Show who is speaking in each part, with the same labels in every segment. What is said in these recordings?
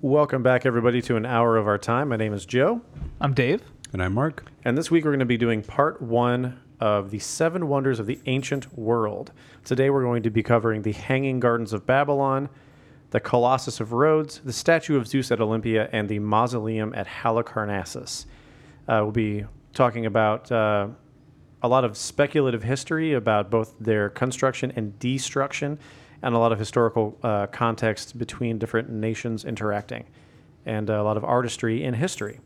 Speaker 1: Welcome back, everybody, to an hour of our time. My name is Joe,
Speaker 2: I'm Dave.
Speaker 3: And I'm Mark.
Speaker 1: and this week we're going to be doing part one of the Seven Wonders of the Ancient World. Today we're going to be covering the Hanging Gardens of Babylon, the Colossus of Rhodes, the Statue of Zeus at Olympia, and the Mausoleum at Halicarnassus. Uh, we'll be talking about uh, a lot of speculative history about both their construction and destruction, and a lot of historical uh, context between different nations interacting, and a lot of artistry in history.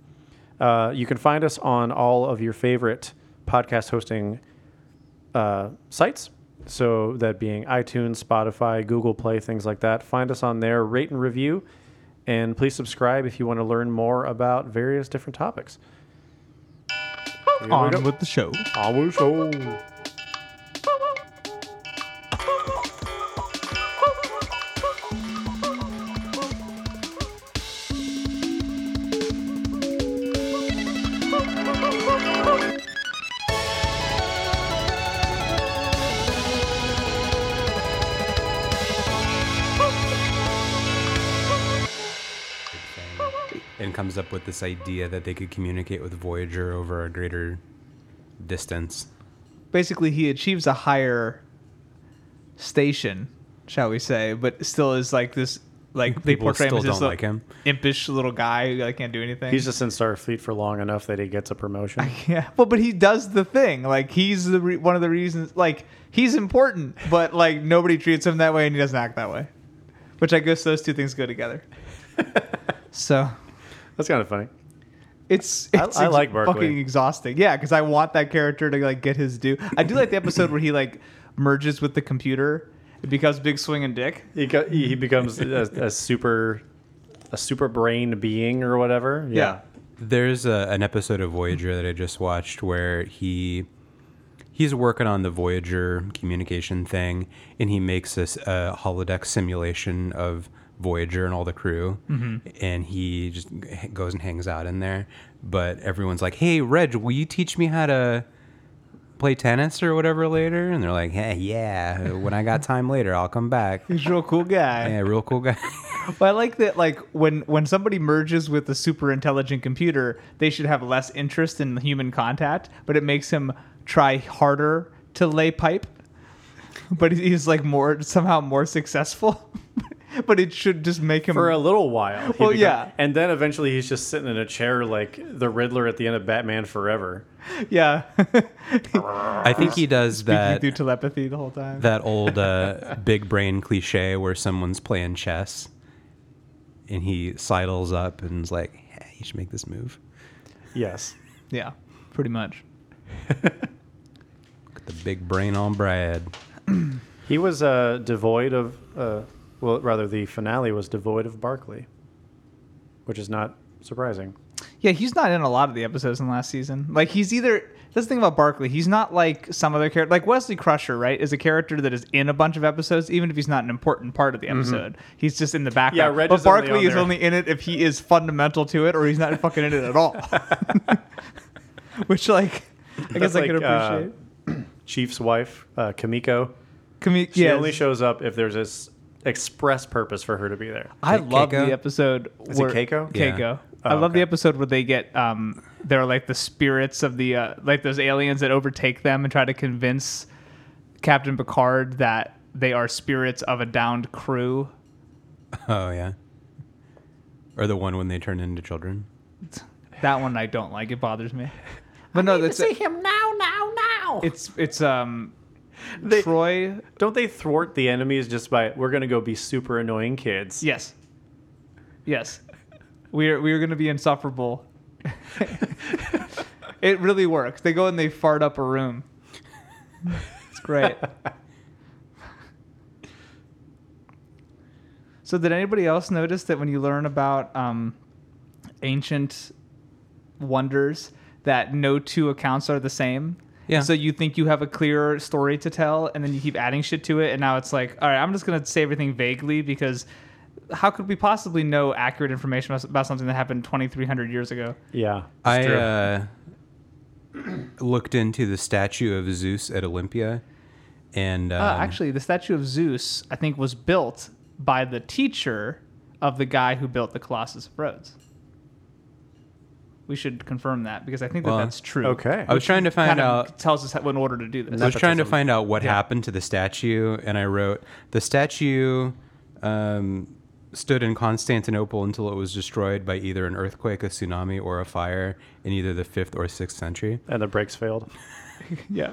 Speaker 1: Uh, you can find us on all of your favorite podcast hosting uh, sites. So that being iTunes, Spotify, Google Play, things like that. Find us on there, rate and review, and please subscribe if you want to learn more about various different topics. Here we go.
Speaker 2: On with the show.
Speaker 1: I wish so.
Speaker 3: And comes up with this idea that they could communicate with Voyager over a greater distance.
Speaker 2: Basically, he achieves a higher station, shall we say, but still is like this. Like they
Speaker 3: People
Speaker 2: portray him
Speaker 3: still
Speaker 2: as this
Speaker 3: don't
Speaker 2: little
Speaker 3: like him.
Speaker 2: impish little guy who like, can't do anything.
Speaker 1: He's just in Starfleet for long enough that he gets a promotion.
Speaker 2: Yeah. Well, but he does the thing. Like he's the re- one of the reasons. Like he's important, but like nobody treats him that way, and he doesn't act that way. Which I guess those two things go together. so
Speaker 1: That's kind of funny.
Speaker 2: it's,
Speaker 1: I-
Speaker 2: it's
Speaker 1: I like Barclay.
Speaker 2: fucking exhausting. Yeah, because I want that character to like get his due. I do like the episode where he like merges with the computer. It becomes Big Swing and Dick.
Speaker 1: He co- he he becomes a, a super a super brain being or whatever.
Speaker 3: There's a, an episode of Voyager that I just watched where he he's working on the Voyager communication thing, and he makes this uh, holodeck simulation of Voyager and all the crew, and he just g- goes and hangs out in there. But everyone's like, "Hey, Reg, will you teach me how to?" Play tennis or whatever later, and they're like, "Hey, yeah, when I got time later, I'll come back."
Speaker 2: He's a real cool guy.
Speaker 3: Yeah, real cool guy.
Speaker 2: But I like that, like when when somebody merges with a super intelligent computer, they should have less interest in human contact. But it makes him try harder to lay pipe. But he's like more somehow more successful. but it should just make him.
Speaker 1: For a little while. he
Speaker 2: Well, yeah.
Speaker 1: And then eventually he's just sitting in a chair like the Riddler at the end of Batman Forever.
Speaker 2: yeah,
Speaker 3: I think he does that.
Speaker 2: do telepathy the whole time.
Speaker 3: that old uh, big brain cliche where someone's playing chess and he sidles up and is like, yeah, you should make this move.
Speaker 1: Yes.
Speaker 2: yeah, pretty much.
Speaker 3: Get the big brain on Brad.
Speaker 1: He was uh, devoid of, uh, well, rather, the finale was devoid of Barkley, which is not surprising.
Speaker 2: Yeah, he's not in a lot of the episodes in last season. Like he's either that's the thing about Barkley. He's not like some other character. Like Wesley Crusher, right, is a character that is in a bunch of episodes, even if he's not an important part of the episode. He's just in the background.
Speaker 1: Mm-hmm. Yeah, Reg
Speaker 2: but
Speaker 1: is only
Speaker 2: Barkley
Speaker 1: on
Speaker 2: is
Speaker 1: there.
Speaker 2: only in it if he is fundamental to it, or he's not fucking in it at all. Which, like, I guess
Speaker 1: That's
Speaker 2: I can
Speaker 1: like, uh,
Speaker 2: appreciate.
Speaker 1: Chief's wife, uh, Kamiko,
Speaker 2: Comi-
Speaker 1: she
Speaker 2: yes.
Speaker 1: only shows up if there's this express purpose for her to be there.
Speaker 2: I
Speaker 3: Ke-
Speaker 2: love
Speaker 3: Keiko?
Speaker 2: the episode.
Speaker 1: Is it Keiko?
Speaker 2: Keiko.
Speaker 3: Yeah.
Speaker 2: I love the episode where they get um, they're like the spirits of the uh, like those aliens that overtake them and try to convince Captain Picard that they are spirits of a downed crew.
Speaker 3: Oh, yeah. Or the one when they turn into children.
Speaker 2: That one I don't like. It bothers me. But no, that's see him now, now, now. It's it's um. Troy,
Speaker 1: Don't they thwart the enemies just by, we're going to go be super annoying kids?
Speaker 2: yes, yes, we are we are going to be insufferable. it really works. They go and they fart up a room. It's great. So did anybody else notice that when you learn about um, ancient wonders, that no two accounts are the same?
Speaker 3: Yeah.
Speaker 2: So you think you have a clear story to tell, and then you keep adding shit to it, and now it's like, all right, I'm just gonna say everything vaguely because how could we possibly know accurate information about- about something that happened 2,300 years ago?
Speaker 1: Yeah.
Speaker 3: I
Speaker 1: true.
Speaker 3: uh, looked into the statue of Zeus at Olympia, and um,
Speaker 2: Uh, actually, the statue of Zeus, I think, was built by the teacher of the guy who built the Colossus of Rhodes. We should confirm that because I think that
Speaker 3: Well,
Speaker 2: that's true.
Speaker 1: okay.
Speaker 3: I was trying to find
Speaker 2: Kind
Speaker 3: out.
Speaker 2: of tells us how, in order to do this.
Speaker 3: I was trying to find out what happened to the statue, and I wrote the statue um, stood in Constantinople until it was destroyed by either an earthquake, a tsunami, or a fire in either the fifth or sixth century.
Speaker 1: and the brakes failed.
Speaker 2: yeah.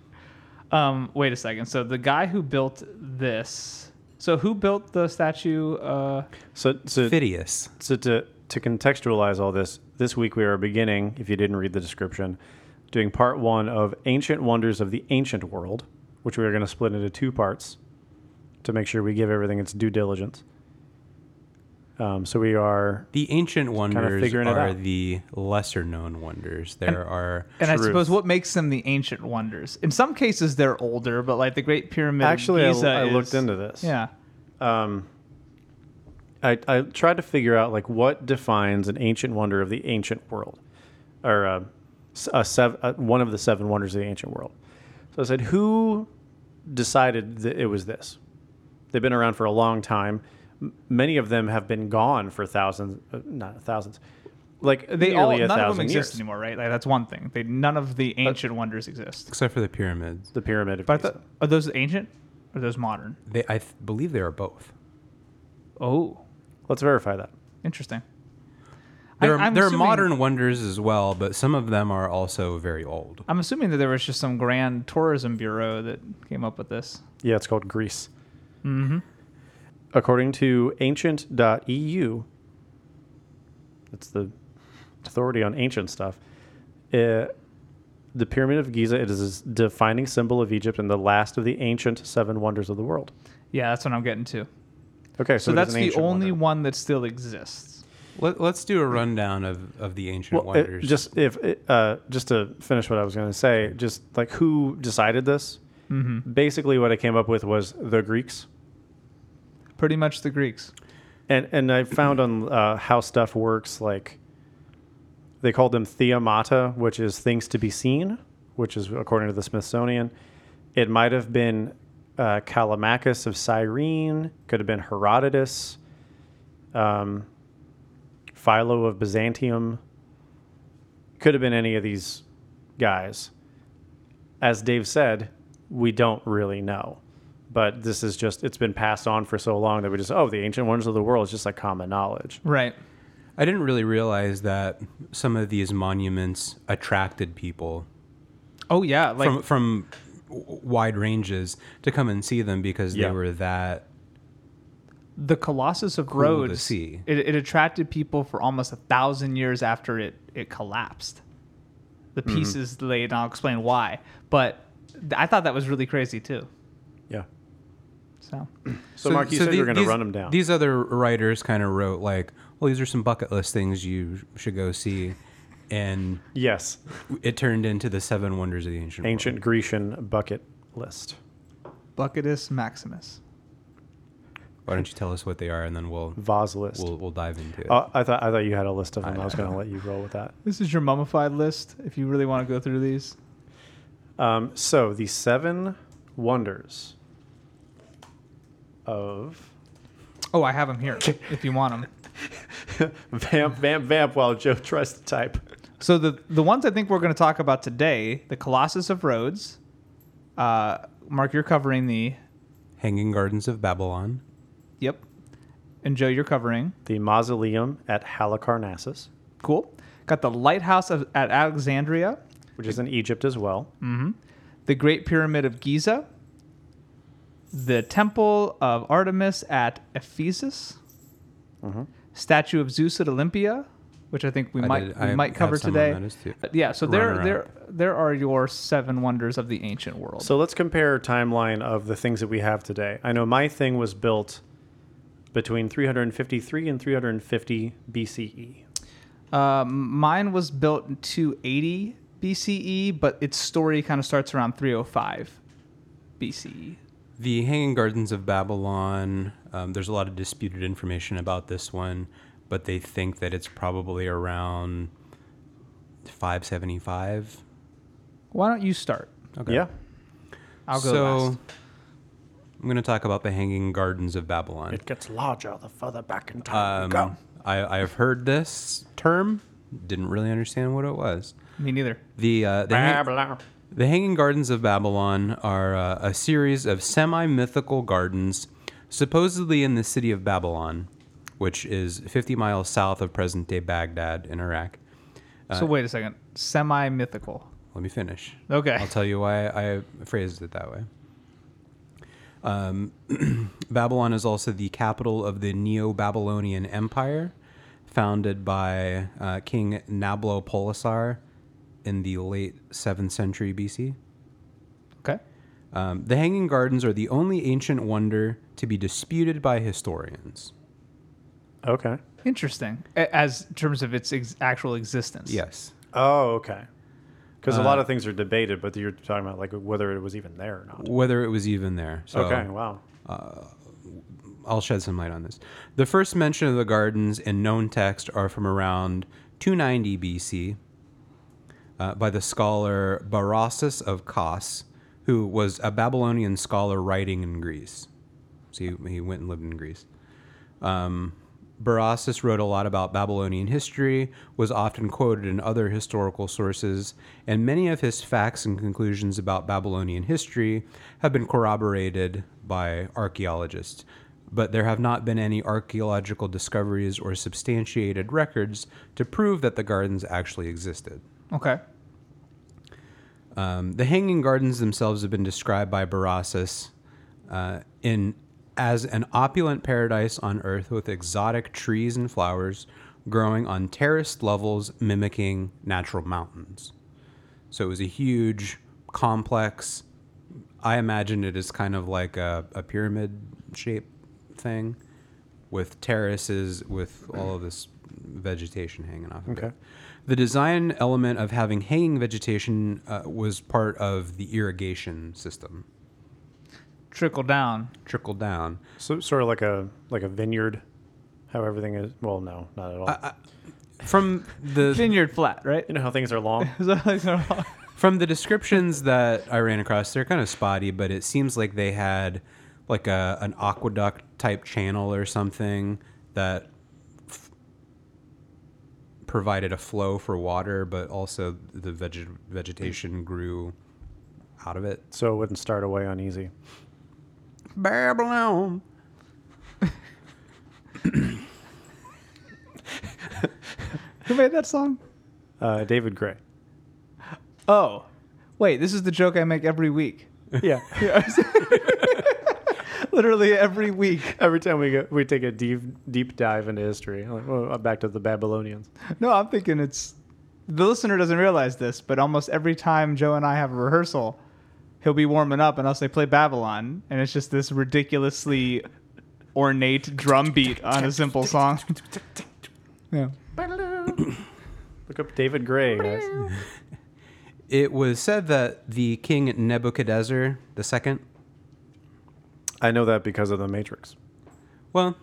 Speaker 2: Um, wait a second. So the guy who built this. So who built the statue? Uh,
Speaker 1: So, so,
Speaker 3: Phidias.
Speaker 1: so to, to contextualize all this, this week we are beginning, if you didn't read the description, doing part one of Ancient Wonders of the Ancient World, which we are going to split into two parts to make sure we give everything its due diligence. Um, so we are
Speaker 3: The ancient wonders
Speaker 1: figuring it
Speaker 3: are
Speaker 1: out.
Speaker 3: the lesser known wonders. There are
Speaker 2: and I
Speaker 1: Truth.
Speaker 2: suppose what makes them the ancient wonders? In some cases, they're older, but like the Great Pyramid. of
Speaker 1: Actually, I-
Speaker 2: Giza
Speaker 1: I
Speaker 2: is-
Speaker 1: looked into this.
Speaker 2: Yeah.
Speaker 1: I, I tried to figure out like what defines an ancient wonder of the ancient world, or uh, s- a sev- uh, one of the seven wonders of the ancient world. So I said, who decided that it was this? They've been around for a long time. M- many of them have been gone for thousands, uh, not thousands, like
Speaker 2: They all,
Speaker 1: nearly a
Speaker 2: none
Speaker 1: thousand
Speaker 2: of them exist
Speaker 1: years.
Speaker 2: anymore, right? Like that's one thing. They none of the ancient wonders exist.
Speaker 3: except for the pyramids.
Speaker 1: The pyramid of
Speaker 2: But I
Speaker 1: Giza.
Speaker 2: thought, are those ancient or are those modern?
Speaker 3: They, I th- believe they are both.
Speaker 2: Oh,
Speaker 1: Let's verify that.
Speaker 2: interesting. I-
Speaker 3: There are,
Speaker 2: I'm
Speaker 3: there are
Speaker 2: assuming-
Speaker 3: modern wonders as well, but some of them are also very old.
Speaker 2: I'm assuming that there was just some grand tourism bureau that came up with this.
Speaker 1: Yeah, it's called Greece. Mm-hmm. According to ancient.eu, that's the authority on ancient stuff, uh, the Pyramid of Giza it is a defining symbol of Egypt and the last of the ancient seven wonders of the world.
Speaker 2: Yeah, that's what I'm getting to.
Speaker 1: Okay, so,
Speaker 2: So
Speaker 1: it is
Speaker 2: that's
Speaker 1: an
Speaker 2: the
Speaker 1: ancient
Speaker 2: only
Speaker 1: wonder.
Speaker 2: one that still exists.
Speaker 3: Let, let's do a rundown of, of the ancient
Speaker 1: Well, it-
Speaker 3: wonders.
Speaker 1: just if it, uh, just to finish what I was going to say, just like who decided this?
Speaker 2: Mm-hmm.
Speaker 1: Basically, what I came up with was the Greeks.
Speaker 2: Pretty much the Greeks.
Speaker 1: And and I found on uh, how stuff works, like they called them theomata, which is things to be seen, which is according to the Smithsonian. It might have been uh, Callimachus of Cyrene, could have been Herodotus, um, Philo of Byzantium, could have been any of these guys. As Dave said, we don't really know but this is just it's been passed on for so long that we just oh the ancient wonders of the world is just like common knowledge
Speaker 2: Right.
Speaker 3: I didn't really realize that some of these monuments attracted people
Speaker 2: Oh yeah, like
Speaker 3: from from w- wide ranges to come and see them because
Speaker 1: Yeah.
Speaker 3: they were that.
Speaker 2: the Colossus of
Speaker 3: to
Speaker 2: Rhodes.
Speaker 3: see.
Speaker 2: It, it attracted people for almost a thousand years after it it collapsed. The
Speaker 3: Mm-hmm.
Speaker 2: pieces laid, and I'll explain why. But th- I thought that was really crazy too.
Speaker 1: yeah
Speaker 2: So
Speaker 1: so, mark you said
Speaker 3: the-
Speaker 1: you were going to
Speaker 3: these-
Speaker 1: run them down
Speaker 3: These other writers kind of wrote like, "Well, these are some bucket list things you sh- should go see," and
Speaker 1: yes
Speaker 3: it turned into the seven wonders of the ancient world.
Speaker 1: ancient grecian bucket list
Speaker 2: Bucketus Maximus.
Speaker 3: Why don't you tell us what they are, and then we'll
Speaker 1: vase list
Speaker 3: we'll, we'll dive into it.
Speaker 1: Uh, i thought i thought you had a list of them i was going to let you roll with that
Speaker 2: This is your mummified list. If you really want to go through these,
Speaker 1: um, so the seven wonders of
Speaker 2: oh, I have them here. if you want them.
Speaker 1: vamp vamp vamp while joe tries to type
Speaker 2: So the the ones I think we're going to talk about today, the Colossus of Rhodes. Uh, Mark, you're covering the.
Speaker 3: Hanging Gardens of Babylon,
Speaker 2: Yep. And Joe, you're covering.
Speaker 1: the mausoleum at halicarnassus
Speaker 2: Cool. Got the lighthouse of, at Alexandria,
Speaker 1: which is in egypt as well
Speaker 2: the Great Pyramid of Giza, the Temple of Artemis at Ephesus, Statue of Zeus at Olympia, which I think we
Speaker 3: Mm-hmm. I
Speaker 2: might
Speaker 3: did-
Speaker 2: we
Speaker 3: I
Speaker 2: might
Speaker 3: have
Speaker 2: cover
Speaker 3: some on
Speaker 2: today.
Speaker 3: that as too.
Speaker 2: Uh, Yeah, so there
Speaker 3: Runner-up.
Speaker 2: there there are your seven wonders of the ancient world.
Speaker 1: So let's compare timeline of the things that we have today. I know my thing was built between 353 and 350 BCE.
Speaker 2: Mine was built in 280 BCE, E, but its story kind of starts around 305 BCE.
Speaker 3: The Hanging Gardens of Babylon, um, there's a lot of disputed information about this one, but they think that it's probably around 575.
Speaker 2: Why don't you start?
Speaker 3: Okay.
Speaker 1: Yeah.
Speaker 2: I'll go
Speaker 3: so,
Speaker 2: last.
Speaker 3: I'm going to talk about the Hanging Gardens of Babylon. Um,
Speaker 1: It gets larger the further back in time we go.
Speaker 3: I, I've heard this term, didn't really understand what it was.
Speaker 2: Me neither.
Speaker 3: The, uh, the hang-
Speaker 1: Babylon.
Speaker 3: The Hanging Gardens of Babylon are uh, a series of semi mythical gardens, supposedly in the city of Babylon, which is 50 miles south of present day Baghdad in Iraq.
Speaker 2: so wait a second. Semi mythical.
Speaker 3: Let me finish.
Speaker 2: Okay.
Speaker 3: I'll tell you why I phrased it that way. Um, Babylon is also the capital of the Neo Babylonian Empire, founded by uh, King Nabopolassar in the late 7th century BC.
Speaker 2: Okay.
Speaker 3: Um, the Hanging Gardens are the only ancient wonder to be disputed by historians.
Speaker 1: Okay.
Speaker 2: Interesting. A- As in terms of its ex- actual existence.
Speaker 3: Yes.
Speaker 1: Oh, okay. Because a lot
Speaker 3: Uh,
Speaker 1: of things are debated, but you're talking about like whether it was even there or not.
Speaker 3: Whether it was even there. So
Speaker 1: Okay. Wow.
Speaker 3: I'll shed some light on this. The first mention of the gardens in known text are from around 290 BC uh, by the scholar Barassus of Kos, who was a Babylonian scholar writing in Greece. So he, he went and lived in Greece. Um, Barassus wrote a lot about Babylonian history, was often quoted in other historical sources, and many of his facts and conclusions about Babylonian history have been corroborated by archaeologists. But there have not been any archaeological discoveries or substantiated records to prove that the gardens actually existed.
Speaker 2: Okay.
Speaker 3: The Hanging Gardens themselves have been described by Barassus uh, in as an opulent paradise on earth with exotic trees and flowers growing on terraced levels mimicking natural mountains. So it was a huge complex. I imagine it is kind of like a, a pyramid shape thing with terraces with all of this vegetation hanging off of it.
Speaker 1: Okay.
Speaker 3: The design element of having hanging vegetation uh, was part of the irrigation system,
Speaker 2: Trickle down.
Speaker 3: trickle down.
Speaker 1: So sort of like a like a vineyard, how everything is. Well, no, not at all.
Speaker 3: From the
Speaker 2: Vineyard flat, right?
Speaker 1: you know how things are long.
Speaker 3: from the descriptions that I ran across, they're kind of spotty, but it seems like they had like a an aqueduct type channel or something that f- provided a flow for water, but also the veg- vegetation grew out of it.
Speaker 1: so it wouldn't start away uneasy.
Speaker 3: Babylon.
Speaker 2: Who made that song?
Speaker 1: Uh, David Gray.
Speaker 2: Oh, wait. This is the joke I make every week.
Speaker 1: Yeah.
Speaker 2: Literally every week.
Speaker 1: Every time we go, we take a deep deep dive into history. Like, well, back to the Babylonians.
Speaker 2: No, I'm thinking it's. The listener doesn't realize this, but almost every time Joe and I have a rehearsal, he'll be warming up and I'll say play Babylon, and it's just this ridiculously ornate drum beat on a simple song. Yeah.
Speaker 1: Look up David Gray, guys.
Speaker 3: It was said that the king Nebuchadnezzar II,
Speaker 1: I know that because of the Matrix.
Speaker 3: well,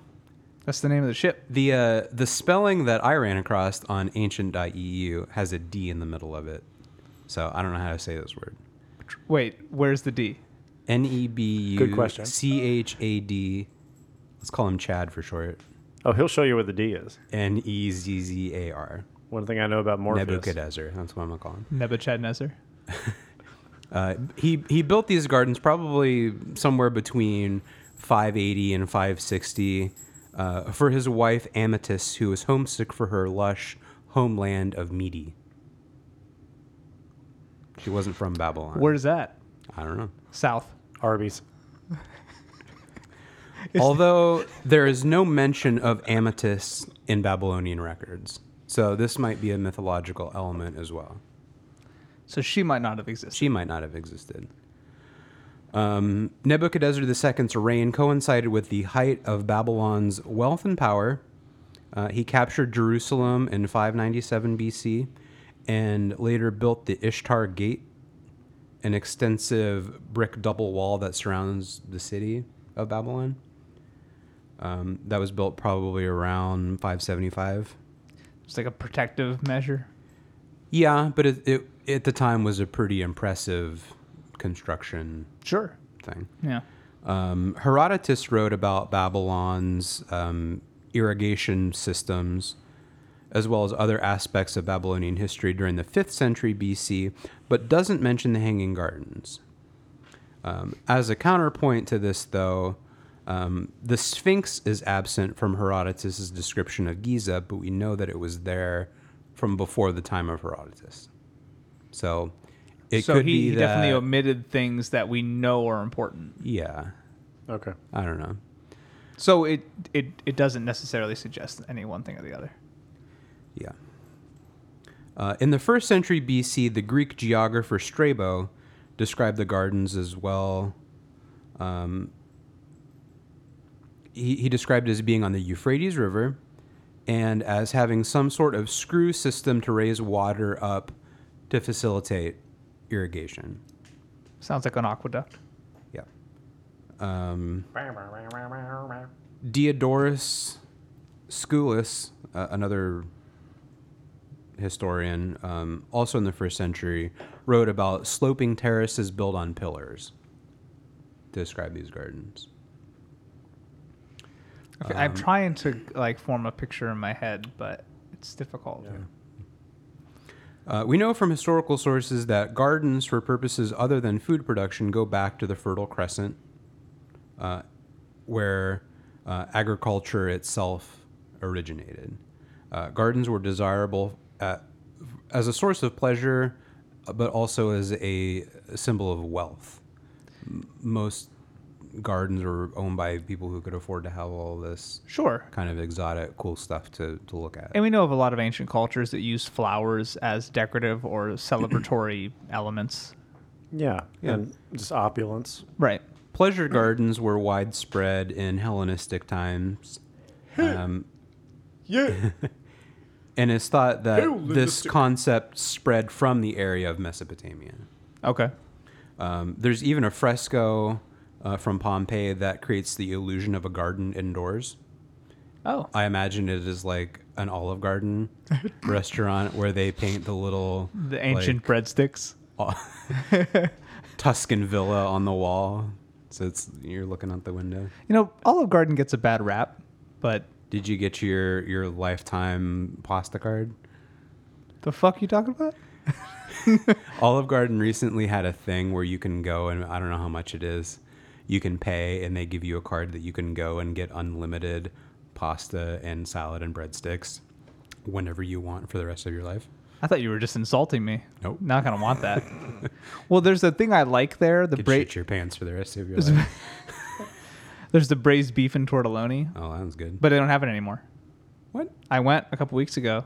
Speaker 2: That's the name of the ship.
Speaker 3: the uh, the spelling that I ran across on ancient.eu has a D in the middle of it. So I don't know how to say this word.
Speaker 2: Wait, where's the D?
Speaker 3: N E B
Speaker 1: Good
Speaker 3: U
Speaker 1: question.
Speaker 3: C H A D. Let's call him Chad for short.
Speaker 1: Oh, he'll show you what the D is.
Speaker 3: N E Z Z A R.
Speaker 1: One thing I know about Morpheus.
Speaker 3: Nebuchadnezzar. That's what I'm gonna call him.
Speaker 2: Nebuchadnezzar.
Speaker 3: Uh, he he built these gardens probably somewhere between 580 and 560 uh, for his wife Amethyst, who was homesick for her lush homeland of Mede. She wasn't from Babylon.
Speaker 2: Where's that?
Speaker 3: I don't know.
Speaker 2: South.
Speaker 1: Arby's.
Speaker 3: Although there is no mention of Amethyst in Babylonian records, so this might be a mythological element as well.
Speaker 2: So she might not have existed.
Speaker 3: She might not have existed. Um, Nebuchadnezzar II's reign coincided with the height of Babylon's wealth and power. Uh, he captured Jerusalem in 597 BC and later built the Ishtar Gate, an extensive brick double wall that surrounds the city of Babylon. Um, that was built probably around 575.
Speaker 2: It's like a protective measure.
Speaker 3: Yeah, but it, it at the time was a pretty impressive construction
Speaker 2: Sure.
Speaker 3: thing.
Speaker 2: Yeah.
Speaker 3: Um, Herodotus wrote about Babylon's um, irrigation systems, as well as other aspects of Babylonian history during the 5th century BC, but doesn't mention the Hanging Gardens. Um, as a counterpoint to this, though, um, the Sphinx is absent from Herodotus' description of Giza, but we know that it was there from before the time of Herodotus. So it
Speaker 2: so
Speaker 3: could
Speaker 2: he,
Speaker 3: be
Speaker 2: he
Speaker 3: that,
Speaker 2: definitely omitted things that we know are important.
Speaker 3: yeah,
Speaker 1: Okay.
Speaker 3: I don't know.
Speaker 2: So it it, it doesn't necessarily suggest any one thing or the other.
Speaker 3: Yeah. Uh, in the first century BC, the Greek geographer Strabo described the gardens as well. Um, he, he described it as being on the Euphrates River and as having some sort of screw system to raise water up to facilitate irrigation.
Speaker 2: Sounds like an aqueduct.
Speaker 3: Yeah. Um, Diodorus Sculus, uh, another historian, um, also in the first century, wrote about sloping terraces built on pillars to describe these gardens.
Speaker 2: Okay,
Speaker 3: Um,
Speaker 2: I'm trying to like form a picture in my head, but it's difficult.
Speaker 3: Uh, we know from historical sources that gardens for purposes other than food production go back to the Fertile Crescent, uh, where uh, agriculture itself originated. Uh, gardens were desirable at, as a source of pleasure, uh, but also as a symbol of wealth. M- most gardens were owned by people who could afford to have all this
Speaker 2: Sure.
Speaker 3: kind of exotic, cool stuff to, to look at.
Speaker 2: And we know of a lot of ancient cultures that use flowers as decorative or celebratory elements.
Speaker 1: Yeah. And just opulence.
Speaker 2: Right.
Speaker 3: pleasure gardens were widespread in Hellenistic times. Um,
Speaker 1: Yeah.
Speaker 3: and it's thought that this concept spread from the area of Mesopotamia.
Speaker 2: Okay.
Speaker 3: Um, there's even a fresco uh, from Pompeii that creates the illusion of a garden indoors.
Speaker 2: Oh.
Speaker 3: I imagine it is like an Olive Garden restaurant where they paint the little
Speaker 2: The ancient breadsticks.
Speaker 3: Tuscan villa on the wall. So it's you're looking out the window.
Speaker 2: You know, Olive Garden gets a bad rap, but
Speaker 3: Did you get your your lifetime pasta card?
Speaker 2: the fuck you talking about?
Speaker 3: Olive Garden recently had a thing where you can go and I don't know how much it is. You can pay and they give you a card that you can go and get unlimited pasta and salad and breadsticks whenever you want for the rest of your life.
Speaker 2: I thought you were just insulting me.
Speaker 3: Nope.
Speaker 2: Not gonna want that. well, there's a thing I like there. The
Speaker 3: Could
Speaker 2: bra-
Speaker 3: shit your pants for the rest of your life.
Speaker 2: there's the braised beef and tortelloni,
Speaker 3: Oh, that was good.
Speaker 2: but they don't have it anymore.
Speaker 3: what?
Speaker 2: I went a couple weeks ago.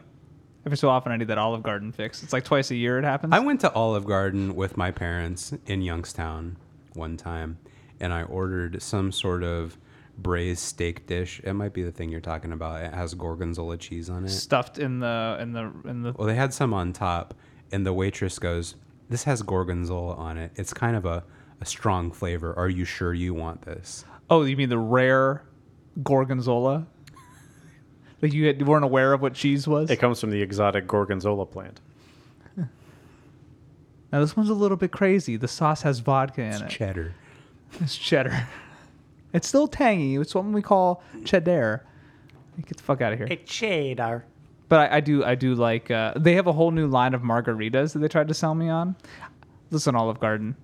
Speaker 2: Every so often, I need that Olive Garden fix. It's like twice a year it happens.
Speaker 3: I went to Olive Garden with my parents in Youngstown one time and I ordered some sort of braised steak dish. It might be the thing you're talking about. It has gorgonzola cheese on it.
Speaker 2: stuffed in the in the in the.
Speaker 3: Well, they had some on top, and the waitress goes, "This has gorgonzola on it. It's kind of a, a strong flavor. Are you sure you want this?"
Speaker 2: Oh, you mean the rare gorgonzola? like you, had, you weren't aware of what cheese was.
Speaker 1: It comes from the exotic Gorgonzola plant.
Speaker 2: Now this one's a little bit crazy. The sauce has vodka in it.
Speaker 3: Cheddar.
Speaker 2: It's cheddar. It's still tangy. It's what we call cheddar. Get the fuck out of here. It's cheddar. But I, I do, I do like. Uh, they have a whole new line of margaritas that they tried to sell me on. Listen, Olive Garden,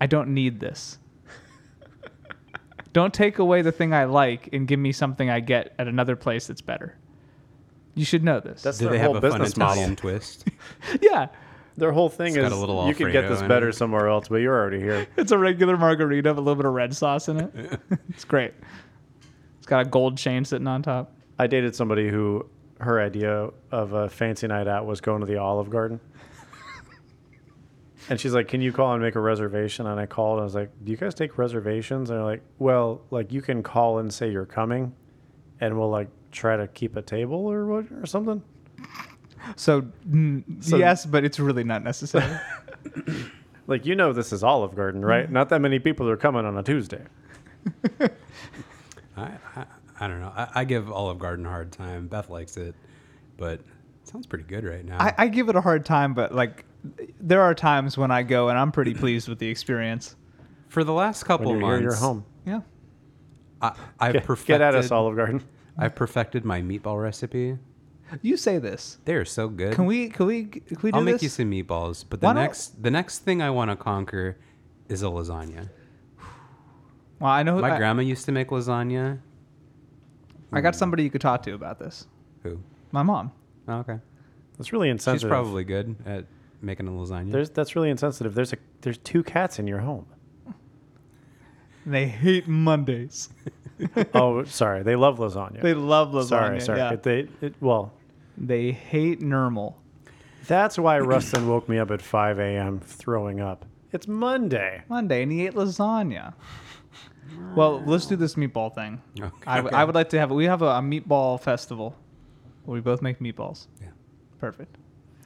Speaker 2: I don't need this. don't take away the thing I like and give me something I get at another place that's better. You should know this.
Speaker 1: That's
Speaker 3: Do
Speaker 1: their
Speaker 3: they
Speaker 1: whole
Speaker 3: have a fun
Speaker 1: business model.
Speaker 3: Italian twist?
Speaker 2: yeah,
Speaker 1: Their whole thing
Speaker 3: got
Speaker 1: is
Speaker 3: a little
Speaker 1: you could
Speaker 3: Alfredo
Speaker 1: get this
Speaker 3: in it.
Speaker 1: better somewhere else, but you're already here.
Speaker 2: it's a regular margarita with a little bit of red sauce in it. it's great. It's got a gold chain sitting on top.
Speaker 1: I dated somebody who her idea of a fancy night out was going to the Olive Garden. And she's like, "Can you call and make a reservation?" And I called and I was like, "Do you guys take reservations?" And they're like, "Well, like you can call and say you're coming, and we'll like try to keep a table or what or something."
Speaker 2: So, mm,
Speaker 1: So-
Speaker 2: yes, but it's really not necessary.
Speaker 1: Like you know, this is Olive Garden,
Speaker 3: Mm-hmm.
Speaker 1: right? Not that many people are coming on a Tuesday.
Speaker 3: I don't know. I, I give Olive Garden a hard time. Beth likes it, but it sounds pretty good right now.
Speaker 2: I, I give it a hard time, but like, there are times when I go and I'm pretty pleased with the experience.
Speaker 3: For the last couple
Speaker 1: When you're
Speaker 3: months,
Speaker 1: here, you're home.
Speaker 2: Yeah.
Speaker 3: I, I've
Speaker 1: Get,
Speaker 3: perfected.
Speaker 1: get at us, Olive Garden.
Speaker 3: I've perfected my meatball recipe.
Speaker 2: You say this.
Speaker 3: They are so good.
Speaker 2: Can we? Can we? Can we do
Speaker 3: I'll make
Speaker 2: this?
Speaker 3: you some meatballs, but the
Speaker 2: Why don't-
Speaker 3: next the next thing I want to conquer is a lasagna.
Speaker 2: well, I know.
Speaker 3: My
Speaker 2: I,
Speaker 3: grandma used to make lasagna.
Speaker 2: I got somebody you could talk to about this.
Speaker 3: Who?
Speaker 2: My mom.
Speaker 3: Oh, okay,
Speaker 1: That's really
Speaker 3: she's
Speaker 1: insensitive.
Speaker 3: probably good at making a lasagna.
Speaker 1: There's that's really insensitive. There's a there's two cats in your home.
Speaker 2: And they hate Mondays.
Speaker 1: oh, sorry. They love lasagna.
Speaker 2: They love lasagna.
Speaker 1: sorry, sorry.
Speaker 2: yeah.
Speaker 1: It- they it, well,
Speaker 2: They hate normal.
Speaker 1: that's why Rustin woke me up at 5 a.m. throwing up. It's Monday.
Speaker 2: Monday, and he ate lasagna. Well, let's do this meatball thing.
Speaker 3: Okay.
Speaker 2: I, w- I would like to have. We have a, a meatball festival. Where we both make meatballs.
Speaker 3: Yeah.
Speaker 2: Perfect.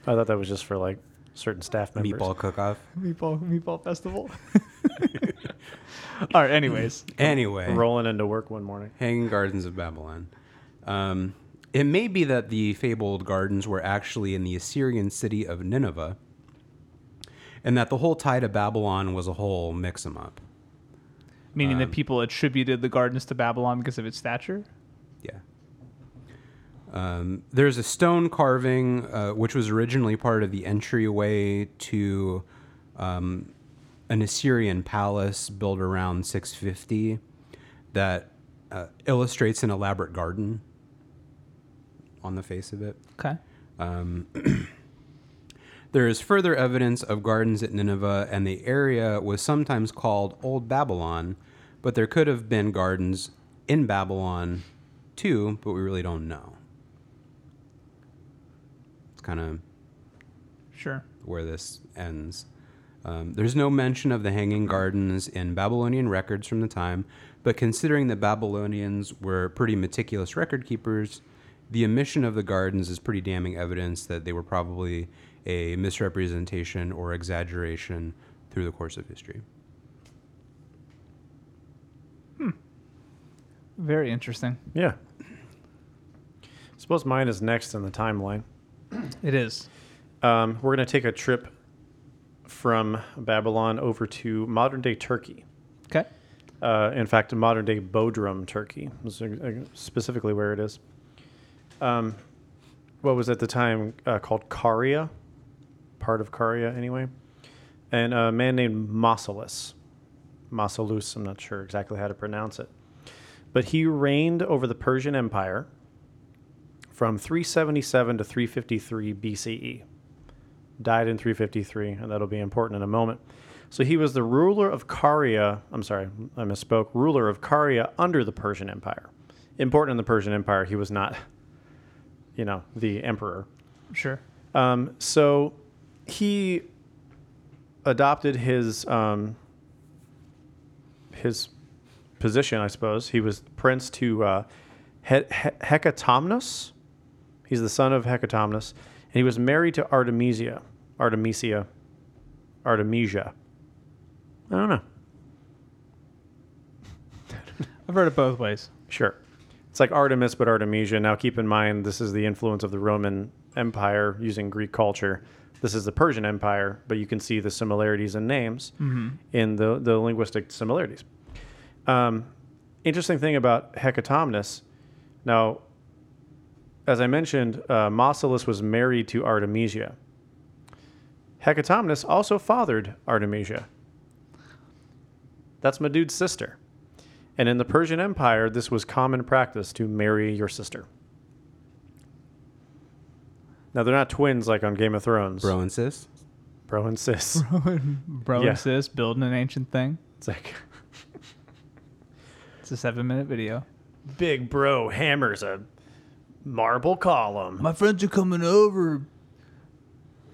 Speaker 1: I thought that was just for like certain staff members.
Speaker 3: meatball cook off.
Speaker 2: Meatball meatball festival. All right. Anyways,
Speaker 3: Anyway,
Speaker 1: Rolling into work one morning.
Speaker 3: Hanging Gardens of Babylon. Um, it may be that the fabled gardens were actually in the Assyrian city of Nineveh, and that the whole tie to Babylon was a whole mix em up.
Speaker 2: meaning that people attributed the gardens to Babylon because of its stature.
Speaker 3: Yeah. Um, there's a stone carving, uh, which was originally part of the entryway to um, an Assyrian palace built around 650 that uh, illustrates an elaborate garden on the face of it.
Speaker 2: Okay.
Speaker 3: There is further evidence of gardens at Nineveh, and the area was sometimes called Old Babylon, but there could have been gardens in Babylon too, but we really don't know. It's kind of
Speaker 2: Sure.
Speaker 3: where this ends. Um, there's no mention of the Hanging Gardens in Babylonian records from the time, but considering the Babylonians were pretty meticulous record keepers, the omission of the gardens is pretty damning evidence that they were probably a misrepresentation or exaggeration through the course of history.
Speaker 2: Very interesting.
Speaker 1: Yeah. suppose mine is next in the timeline.
Speaker 2: It is.
Speaker 1: Um, we're going to take a trip from Babylon over to modern day Turkey.
Speaker 2: Okay.
Speaker 1: uh, in fact, modern day Bodrum, Turkey, is ex- ex- specifically where it is. Um, what was at the time uh, called Caria, part of Caria anyway, and a man named Mausolus. Mausolus, I'm not sure exactly how to pronounce it. But he reigned over the Persian Empire from 377 to 353 BCE. Died in 353, and that'll be important in a moment. So he was the ruler of Caria. I'm sorry, I misspoke. Ruler of Caria under the Persian Empire. Important in the Persian Empire, he was not, you know, the emperor.
Speaker 2: Sure.
Speaker 1: Um, so he adopted his um, his position, I suppose. He was prince to uh, he- he- Hecatomnus. He's the son of Hecatomnus, and he was married to Artemisia, Artemisia, Artemisia. I don't know.
Speaker 2: I've heard it both ways.
Speaker 1: Sure. It's like Artemis, but Artemisia. Now, keep in mind, this is the influence of the Roman Empire using Greek culture. This is the Persian Empire, but you can see the similarities in names in the, the linguistic similarities. Um, interesting thing about Hecatomnus. Now, as I mentioned, uh, Mausolus was married to Artemisia. Hecatomnus also fathered Artemisia. That's my dude's sister. And in the Persian Empire, this was common practice to marry your sister. Now they're not twins like on Game of Thrones.
Speaker 3: Bro and sis?
Speaker 1: Bro and sis.
Speaker 2: Bro
Speaker 1: Yeah.
Speaker 2: and sis building an ancient thing.
Speaker 1: It's like
Speaker 2: It's a seven minute video.
Speaker 1: big bro hammers a marble column.
Speaker 2: My friends are coming over.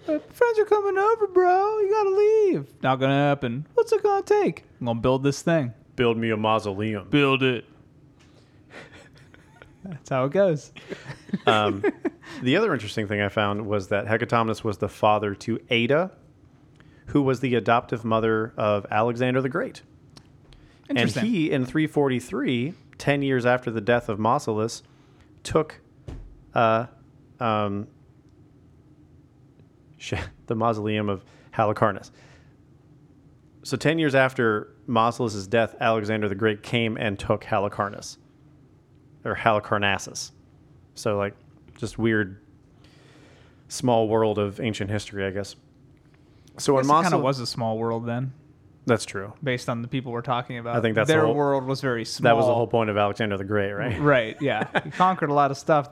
Speaker 2: "Uh, friends are coming over, bro. You gotta leave. Not gonna happen. What's it gonna take? I'm gonna build this thing.
Speaker 1: Build me a mausoleum.
Speaker 2: Build it. That's how it goes.
Speaker 1: The other interesting thing I found was that Hecatomnus was the father to Ada, who was the adoptive mother of Alexander the Great. And
Speaker 2: Interesting.
Speaker 1: he, in 343, 10 years after the death of Mausolus, took uh, um, sh- the mausoleum of Halicarnassus. So, 10 years after Mausolus's death, Alexander the Great came and took Halicarnassus or Halicarnassus. So, like, just weird, small world of ancient history, I guess. So, when
Speaker 2: kind of
Speaker 1: Mausolus.
Speaker 2: was a small world then,
Speaker 1: That's true.
Speaker 2: based on the people we're talking about.
Speaker 1: I think that's
Speaker 2: their
Speaker 1: the whole-
Speaker 2: world was very small.
Speaker 1: That was the whole point of Alexander the Great, right?
Speaker 2: Right. Yeah. he conquered a lot of stuff,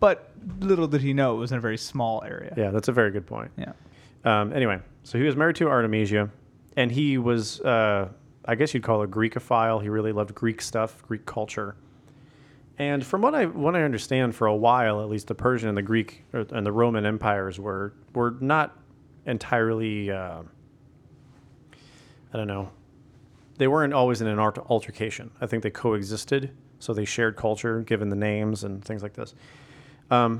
Speaker 2: but little did he know it was in a very small area.
Speaker 1: Yeah, that's a very good point.
Speaker 2: Yeah.
Speaker 1: Um, anyway, so he was married to Artemisia, and he was, uh, I guess you'd call a Greekophile. He really loved Greek stuff, Greek culture. And from what I what I understand, for a while at least, the Persian and the Greek or, and the Roman empires were were not entirely. Uh, I don't know. They weren't always in an art altercation. I think they coexisted, so they shared culture, given the names and things like this. Um,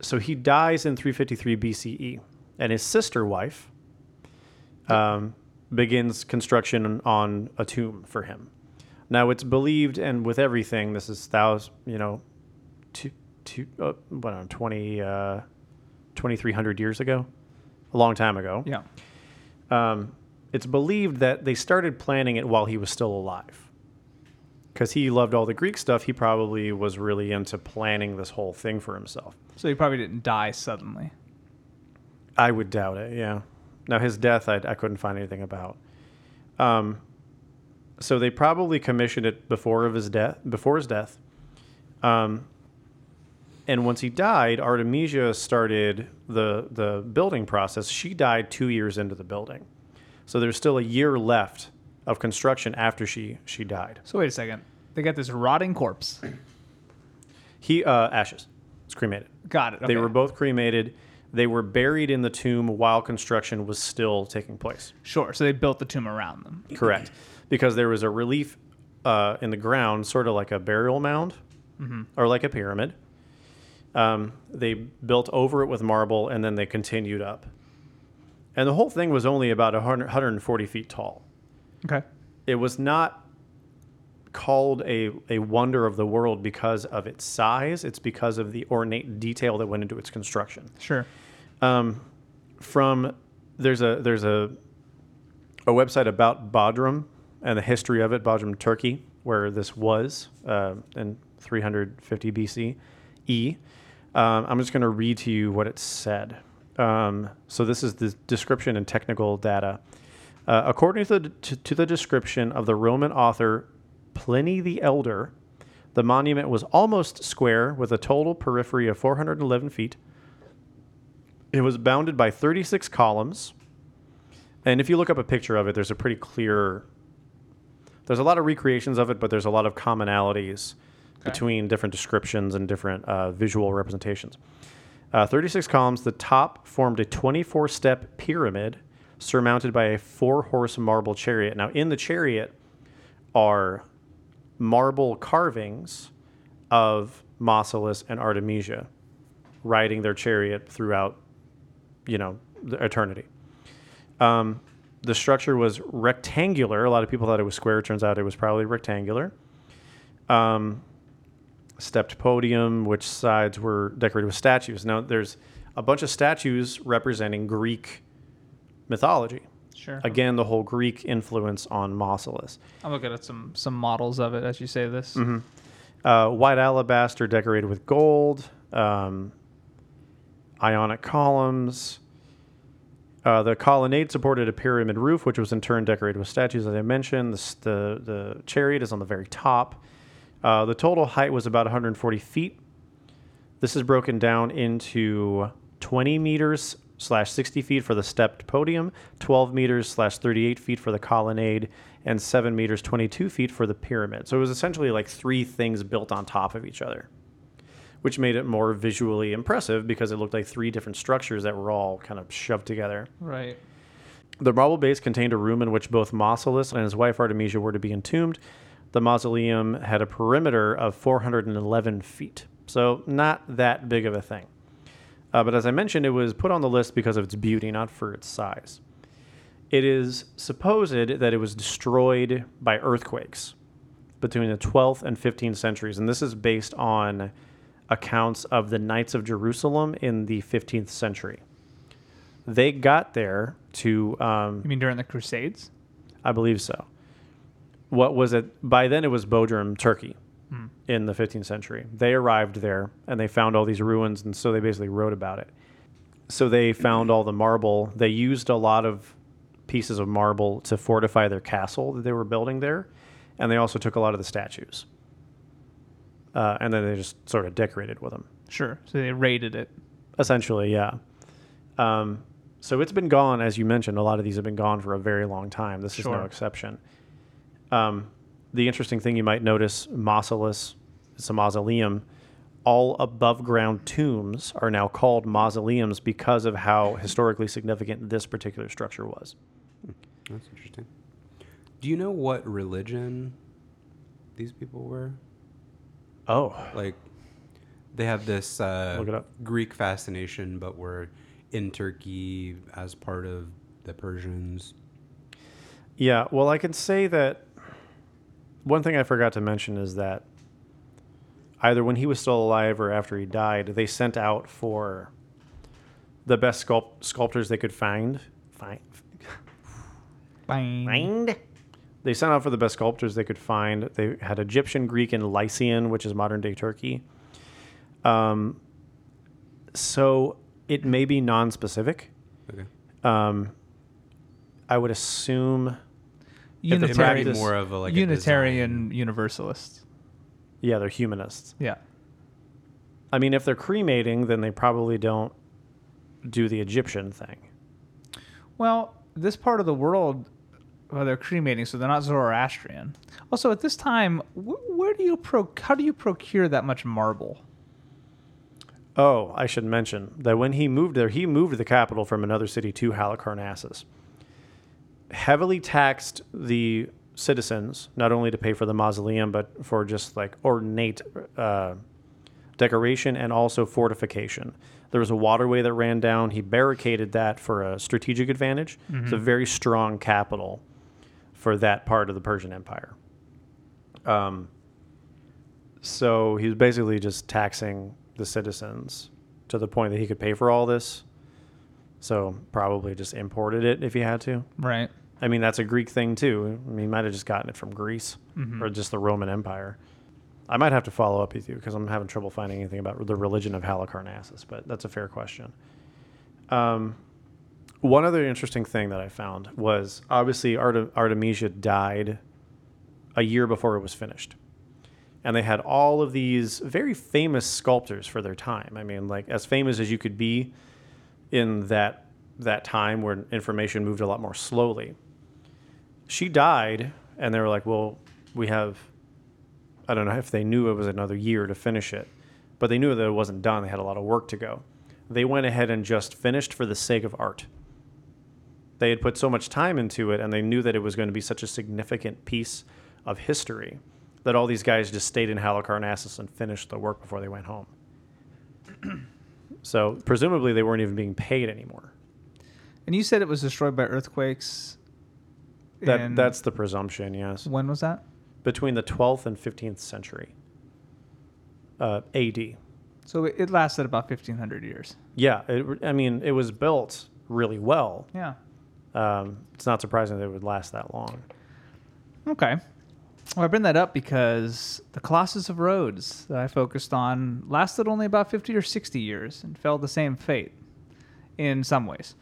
Speaker 1: So he dies in 353 BCE, E, and his sister wife um, begins construction on a tomb for him. Now it's believed, and with everything, this is thousand, you know, two, two, uh, what, uh, 20, uh, 2300 years ago, a long time ago.
Speaker 2: Yeah.
Speaker 1: It's believed that they started planning it while he was still alive. Because he loved all the Greek stuff, he probably was really into planning this whole thing for himself.
Speaker 2: So he probably didn't die suddenly.
Speaker 1: I would doubt it. Yeah. Now his death, I, I couldn't find anything about. Um, so they probably commissioned it before of his death. Before his death. Um, and once he died, Artemisia started the the building process. She died two years into the building, so there's still a year left of construction after she she died.
Speaker 2: So wait a second. They got this rotting corpse.
Speaker 1: He uh, ashes. It's cremated.
Speaker 2: Got it.
Speaker 1: They
Speaker 2: okay.
Speaker 1: were both cremated. They were buried in the tomb while construction was still taking place.
Speaker 2: sure. So they built the tomb around them.
Speaker 1: Correct. Because there was a relief uh, in the ground, sort of like a burial mound or like a pyramid. Um, they built over it with marble and then they continued up. And the whole thing was only about 100, 140 feet tall.
Speaker 2: Okay.
Speaker 1: It was not called a, a wonder of the world because of its size, it's because of the ornate detail that went into its construction
Speaker 2: Sure.
Speaker 1: from there's a there's a a website about Bodrum and the history of it, Bodrum, Turkey, where this was uh, in 350 BC. E. Um, I'm just going to read to you what it said. Um, so this is the description and technical data. Uh, according to the, to, to the description of the Roman author Pliny the Elder, the monument was almost square with a total periphery of 411 feet. It was bounded by 36 columns. And if you look up a picture of it, there's a pretty clear. There's a lot of recreations of it, but there's a lot of commonalities between different descriptions and different uh, visual representations. Uh, 36 columns. The top formed a 24 step pyramid surmounted by a four horse marble chariot. Now, in the chariot are marble carvings of Mausolus and Artemisia riding their chariot throughout, you know, the eternity. Um, the structure was rectangular. A lot of people thought it was square. It turns out it was probably rectangular. Um, stepped podium, which sides were decorated with statues. Now, there's a bunch of statues representing Greek mythology.
Speaker 2: Sure.
Speaker 1: Again, the whole Greek influence on Mausolus.
Speaker 2: I'm looking at some some models of it as you say this.
Speaker 1: uh, white alabaster decorated with gold, um, ionic columns. Uh, the colonnade supported a pyramid roof, which was in turn decorated with statues, as I mentioned. The, s- the, the chariot is on the very top. Uh, the total height was about 140 feet. This is broken down into 20 meters slash 60 feet for the stepped podium, 12 meters slash 38 feet for the colonnade, and 7 meters 22 feet for the pyramid. So it was essentially like three things built on top of each other, which made it more visually impressive because it looked like three different structures that were all kind of shoved together.
Speaker 2: Right.
Speaker 1: The marble base contained a room in which both Mausolus and his wife Artemisia were to be entombed. The mausoleum had a perimeter of 411 feet, so not that big of a thing. Uh, but as I mentioned, it was put on the list because of its beauty, not for its size. It is supposed that it was destroyed by earthquakes between the 12th and 15th centuries, and this is based on accounts of the Knights of Jerusalem in the 15th century. They got there to um,
Speaker 2: You mean during the Crusades?
Speaker 1: I believe so. What was it? By then, it was Bodrum, Turkey, in the 15th century. They arrived there and they found all these ruins, and so they basically wrote about it. So they found all the marble. They used a lot of pieces of marble to fortify their castle that they were building there, and they also took a lot of the statues. Uh, and then they just sort of decorated with them.
Speaker 2: Sure. So they raided it.
Speaker 1: Essentially, yeah. Um, so it's been gone, as you mentioned. A lot of these have been gone for a very long time. This is no
Speaker 2: Sure.
Speaker 1: exception. Um, the interesting thing you might notice, Mausolus, it's a mausoleum. All above ground tombs are now called mausoleums because of how historically significant this particular structure was.
Speaker 3: That's interesting. Do you know what religion these people were?
Speaker 1: Oh,
Speaker 3: Like, they have this uh,
Speaker 1: Look it up.
Speaker 3: Greek fascination, but were in Turkey as part of the Persians.
Speaker 1: Yeah, well, I can say that one thing I forgot to mention is that either when he was still alive or after he died, they sent out for the best sculpt- sculptors they could find. Find,
Speaker 2: Bang.
Speaker 1: find. They sent out for the best sculptors they could find. They had Egyptian, Greek, and Lycian, which is modern day Turkey. Um, so it may be non-specific.
Speaker 3: Okay.
Speaker 1: Um, I would assume.
Speaker 3: If it's probably
Speaker 2: Unitarian,
Speaker 3: more of a, like a
Speaker 2: Unitarian Universalists.
Speaker 1: Yeah, they're humanists.
Speaker 2: Yeah.
Speaker 1: I mean, if they're cremating, then they probably don't do the Egyptian thing.
Speaker 2: Well, this part of the world, well, they're cremating, so they're not Zoroastrian. Also, at this time, wh- where do you proc- how do you procure that much marble?
Speaker 1: Oh, I should mention that when he moved there, he moved the capital from another city to Halicarnassus. Heavily taxed the citizens, not only to pay for the mausoleum, but for just like ornate uh, decoration and also fortification. There was a waterway that ran down. He barricaded that for a strategic advantage. It's a very strong capital for that part of the Persian Empire. Um, so he was basically just taxing the citizens to the point that he could pay for all this. So probably just imported it if he had to.
Speaker 2: Right.
Speaker 1: I mean, that's a Greek thing too. I mean, he might have just gotten it from Greece or just the Roman Empire. I might have to follow up with you because I'm having trouble finding anything about the religion of Halicarnassus, but that's a fair question. Um, one other interesting thing that I found was obviously Arte- Artemisia died a year before it was finished. And they had all of these very famous sculptors for their time. I mean, like as famous as you could be in that that time where information moved a lot more slowly. She died, and they were like, "Well, we have." I don't know if they knew it was another year to finish it, but they knew that it wasn't done. They had a lot of work to go. They went ahead and just finished for the sake of art. They had put so much time into it, and they knew that it was going to be such a significant piece of history that all these guys just stayed in Halicarnassus and finished the work before they went home. so presumably they weren't even being paid anymore.
Speaker 2: And you said it was destroyed by earthquakes.
Speaker 1: That
Speaker 2: in-
Speaker 1: that's the presumption, yes.
Speaker 2: when was that?
Speaker 1: Between the 12th and 15th century, uh, AD.
Speaker 2: So it it lasted about 1500 years.
Speaker 1: Yeah, it, I mean, it was built really well.
Speaker 2: Yeah.
Speaker 1: Um, it's not surprising that it would last that long.
Speaker 2: Okay. Well, I bring that up because the Colossus of Rhodes that I focused on lasted only about 50 or 60 years and fell the same fate in some ways.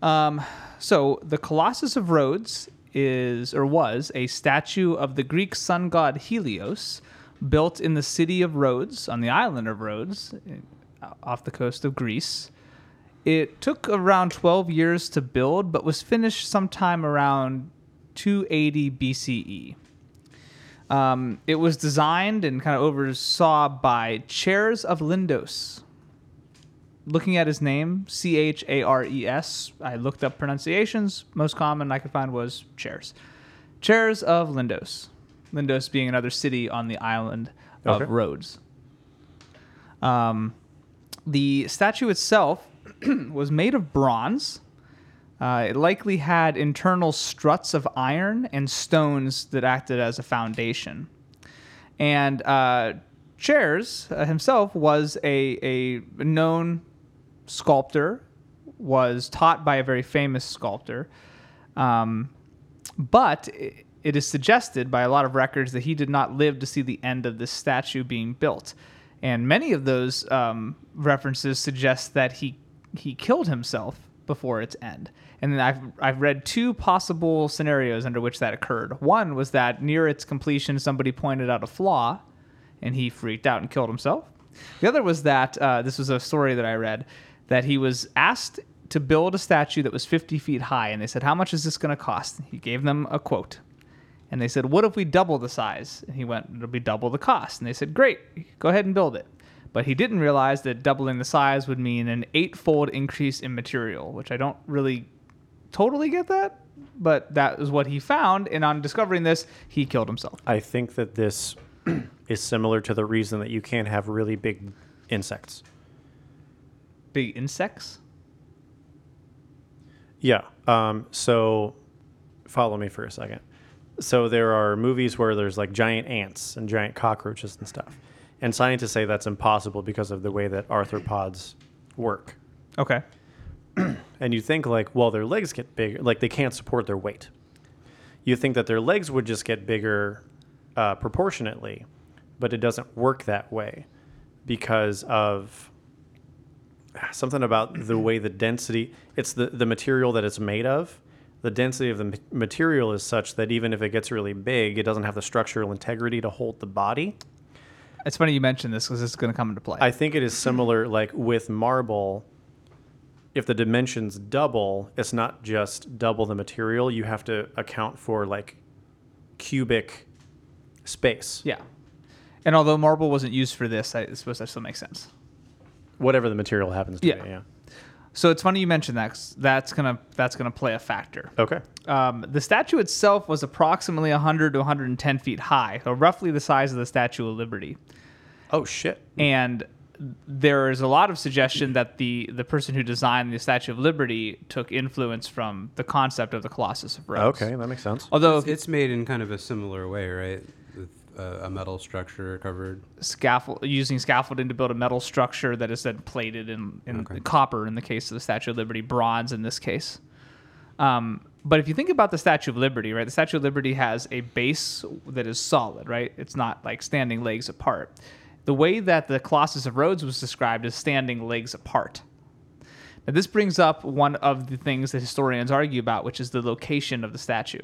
Speaker 2: Um, so, the Colossus of Rhodes is, or was, a statue of the Greek sun god Helios built in the city of Rhodes, on the island of Rhodes, in- off the coast of Greece. It took around 12 years to build, but was finished sometime around 280 BCE. E. Um, it was designed and kind of oversaw by Chairs of Lindos. Looking at his name, C H A R E S, I looked up pronunciations. Most common I could find was Chairs. Chairs of Lindos. Lindos being another city on the island of
Speaker 1: Okay.
Speaker 2: Rhodes. Um, the statue itself was made of bronze. Uh, it likely had internal struts of iron and stones that acted as a foundation. And uh, Chairs uh, himself was a, a known sculptor, was taught by a very famous sculptor. Um, but i- it is suggested by a lot of records that he did not live to see the end of this statue being built. And many of those um, references suggest that he, he killed himself before its end. And then I've, I've read two possible scenarios under which that occurred. One was that near its completion, somebody pointed out a flaw and he freaked out and killed himself. The other was that uh, this was a story that I read that he was asked to build a statue that was 50 feet high, and they said, "How much is this going to cost?" He gave them a quote, and they said, "What if we double the size?" And he went, "It'll be double the cost." And they said, "Great, go ahead and build it." But he didn't realize that doubling the size would mean an eightfold increase in material, which I don't really totally get that, but that is what he found. And on discovering this, he killed himself.
Speaker 1: I think that this is similar to the reason that you can't have really big insects.
Speaker 2: Big insects.
Speaker 1: Yeah. Um, so follow me for a second. So there are movies where there's like giant ants and giant cockroaches and stuff. And scientists say that's impossible because of the way that arthropods work.
Speaker 2: Okay.
Speaker 1: And you think like, well, their legs get bigger, like they can't support their weight. You think that their legs would just get bigger uh, proportionately, but it doesn't work that way because of something about the way the density. It's the the material that it's made of. The density of the ma- material is such that even if it gets really big, it doesn't have the structural integrity to hold the body.
Speaker 2: It's funny you mentioned this because it's going to come into play.
Speaker 1: I think it is similar, like with marble. If the dimensions double, it's not just double the material. You have to account for like cubic space,
Speaker 2: yeah. And although marble wasn't used for this, I suppose that still makes sense.
Speaker 1: whatever the material happens to
Speaker 2: Yeah.
Speaker 1: be. Yeah.
Speaker 2: So it's funny you mentioned that 'cause that's gonna that's gonna play a factor.
Speaker 1: Okay.
Speaker 2: Um, the statue itself was approximately 100 to 110 feet high, so roughly the size of the Statue of Liberty.
Speaker 1: Oh shit.
Speaker 2: and there is a lot of suggestion that the the person who designed the Statue of Liberty took influence from the concept of the Colossus of Rhodes.
Speaker 1: Okay, that makes sense.
Speaker 2: Although
Speaker 3: It's made in kind of a similar way, right? With uh, a metal structure covered.
Speaker 2: scaffold using scaffolding to build a metal structure that is then plated in, in copper in the case of the Statue of Liberty, bronze in this case. Um, but if you think about the Statue of Liberty, right, the Statue of Liberty has a base that is solid, right? It's not like standing legs apart. The way that the Colossus of Rhodes was described is standing legs apart. Now, this brings up one of the things that historians argue about, which is the location of the statue.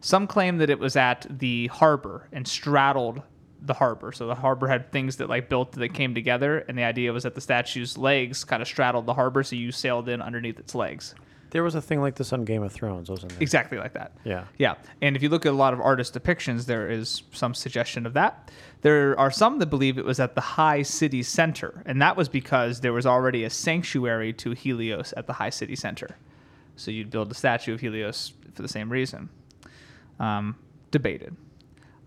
Speaker 2: Some claim that it was at the harbor and straddled the harbor. So the harbor had things that like built that came together, and the idea was that the statue's legs kind of straddled the harbor, so you sailed in underneath its legs.
Speaker 1: There was a thing like this on Game of Thrones, wasn't there?
Speaker 2: Exactly like that.
Speaker 1: Yeah.
Speaker 2: Yeah. And if you look at a lot of artist depictions, there is some suggestion of that. There are some that believe it was at the High City Center, and that was because there was already a sanctuary to Helios at the High City Center. So you'd build a statue of Helios for the same reason. Um, debated.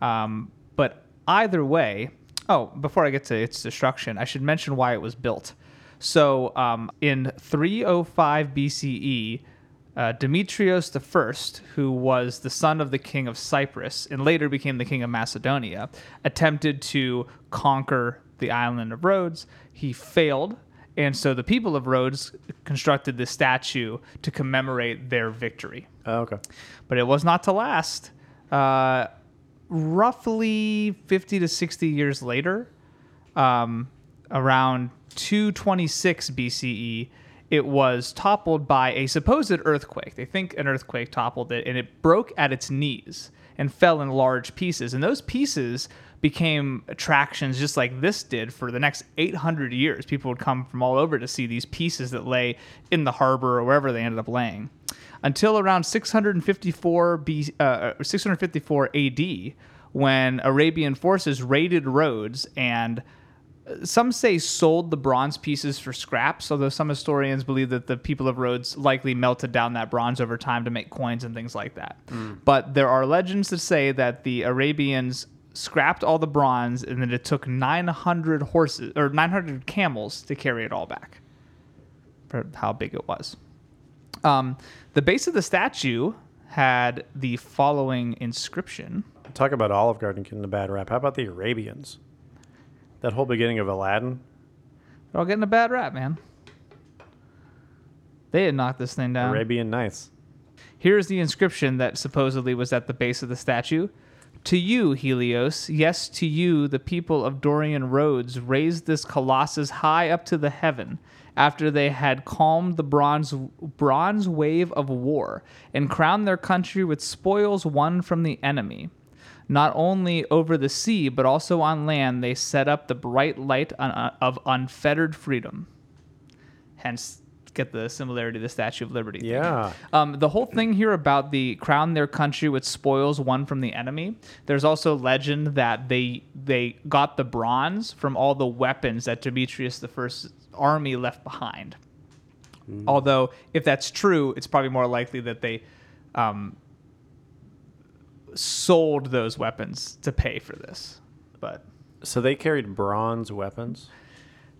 Speaker 2: Um, but either way, oh, before I get to its destruction, I should mention why it was built. So um, in 305 BCE, uh, Demetrios I, who was the son of the king of Cyprus and later became the king of Macedonia, attempted to conquer the island of Rhodes. He failed. And so the people of Rhodes constructed this statue to commemorate their victory
Speaker 1: Oh, okay.
Speaker 2: but it was not to last. Uh, roughly 50 to 60 years later, um, around 226 BCE, E, it was toppled by a supposed earthquake. They think an earthquake toppled it, and it broke at its knees and fell in large pieces. And those pieces became attractions just like this did for the next 800 years. People would come from all over to see these pieces that lay in the harbor or wherever they ended up laying. Until around 654 B, uh, 654 AD, when Arabian forces raided Rhodes and some say sold the bronze pieces for scraps, although some historians believe that the people of Rhodes likely melted down that bronze over time to make coins and things like that. But there are legends that say that the Arabians scrapped all the bronze and that it took 900 horses or 900 camels to carry it all back for how big it was. Um, the base of the statue had the following inscription.
Speaker 1: Talk about Olive Garden getting a bad rap. How about the Arabians? That whole beginning of Aladdin.
Speaker 2: They're all getting a bad rap, man. They had knocked this thing down.
Speaker 1: Arabian Nights.
Speaker 2: Here's the inscription that supposedly was at the base of the statue. To you, Helios, yes, to you, the people of Dorian Rhodes raised this colossus high up to the heaven after they had calmed the bronze, bronze wave of war and crowned their country with spoils won from the enemy. Not only over the sea, but also on land, they set up the bright light on, uh, of unfettered freedom. Hence, get the similarity to the Statue of Liberty. thing.
Speaker 1: Yeah.
Speaker 2: Um, the whole thing here about the crown their country with spoils won from the enemy. There's also legend that they they got the bronze from all the weapons that Demetrius the First's army left behind. Although, if that's true, it's probably more likely that they um, sold those weapons to pay for this. But
Speaker 1: So they carried bronze weapons.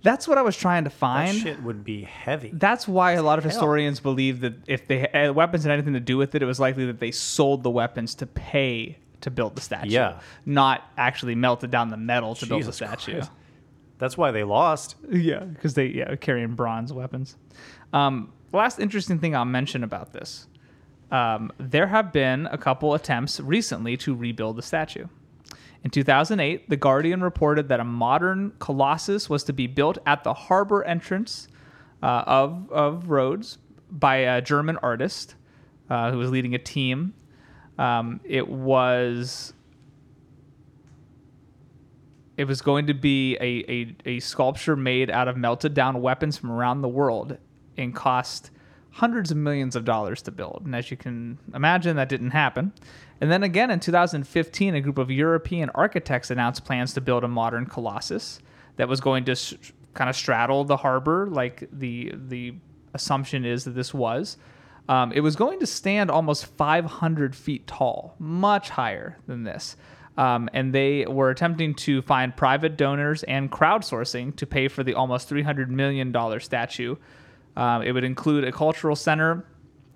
Speaker 2: that's what I was trying to
Speaker 1: That
Speaker 2: find.
Speaker 1: shit would be heavy.
Speaker 2: That's why a lot of historians believe that if they had uh, weapons had anything to do with it, it was likely that they sold the weapons to pay to build the statue.
Speaker 1: Yeah.
Speaker 2: Not actually melted down the metal to build the
Speaker 1: Jesus
Speaker 2: statue.
Speaker 1: Christ. That's why they lost.
Speaker 2: Yeah, because they yeah carrying bronze weapons. Um, last interesting thing I'll mention about this: um, there have been a couple attempts recently to rebuild the statue. In 2008, The Guardian reported that a modern colossus was to be built at the harbor entrance uh, of of Rhodes by a German artist uh, who was leading a team. Um, it was it was going to be a, a, a sculpture made out of melted down weapons from around the world and cost hundreds of millions of dollars to build. And as you can imagine, that didn't happen. And then again in 2015, a group of European architects announced plans to build a modern colossus that was going to s kind of straddle the harbor, like the, the assumption is that this was. Um, it was going to stand almost 500 feet tall, much higher than this. Um, and they were attempting to find private donors and crowdsourcing to pay for the almost $300 million statue. Um, it would include a cultural center,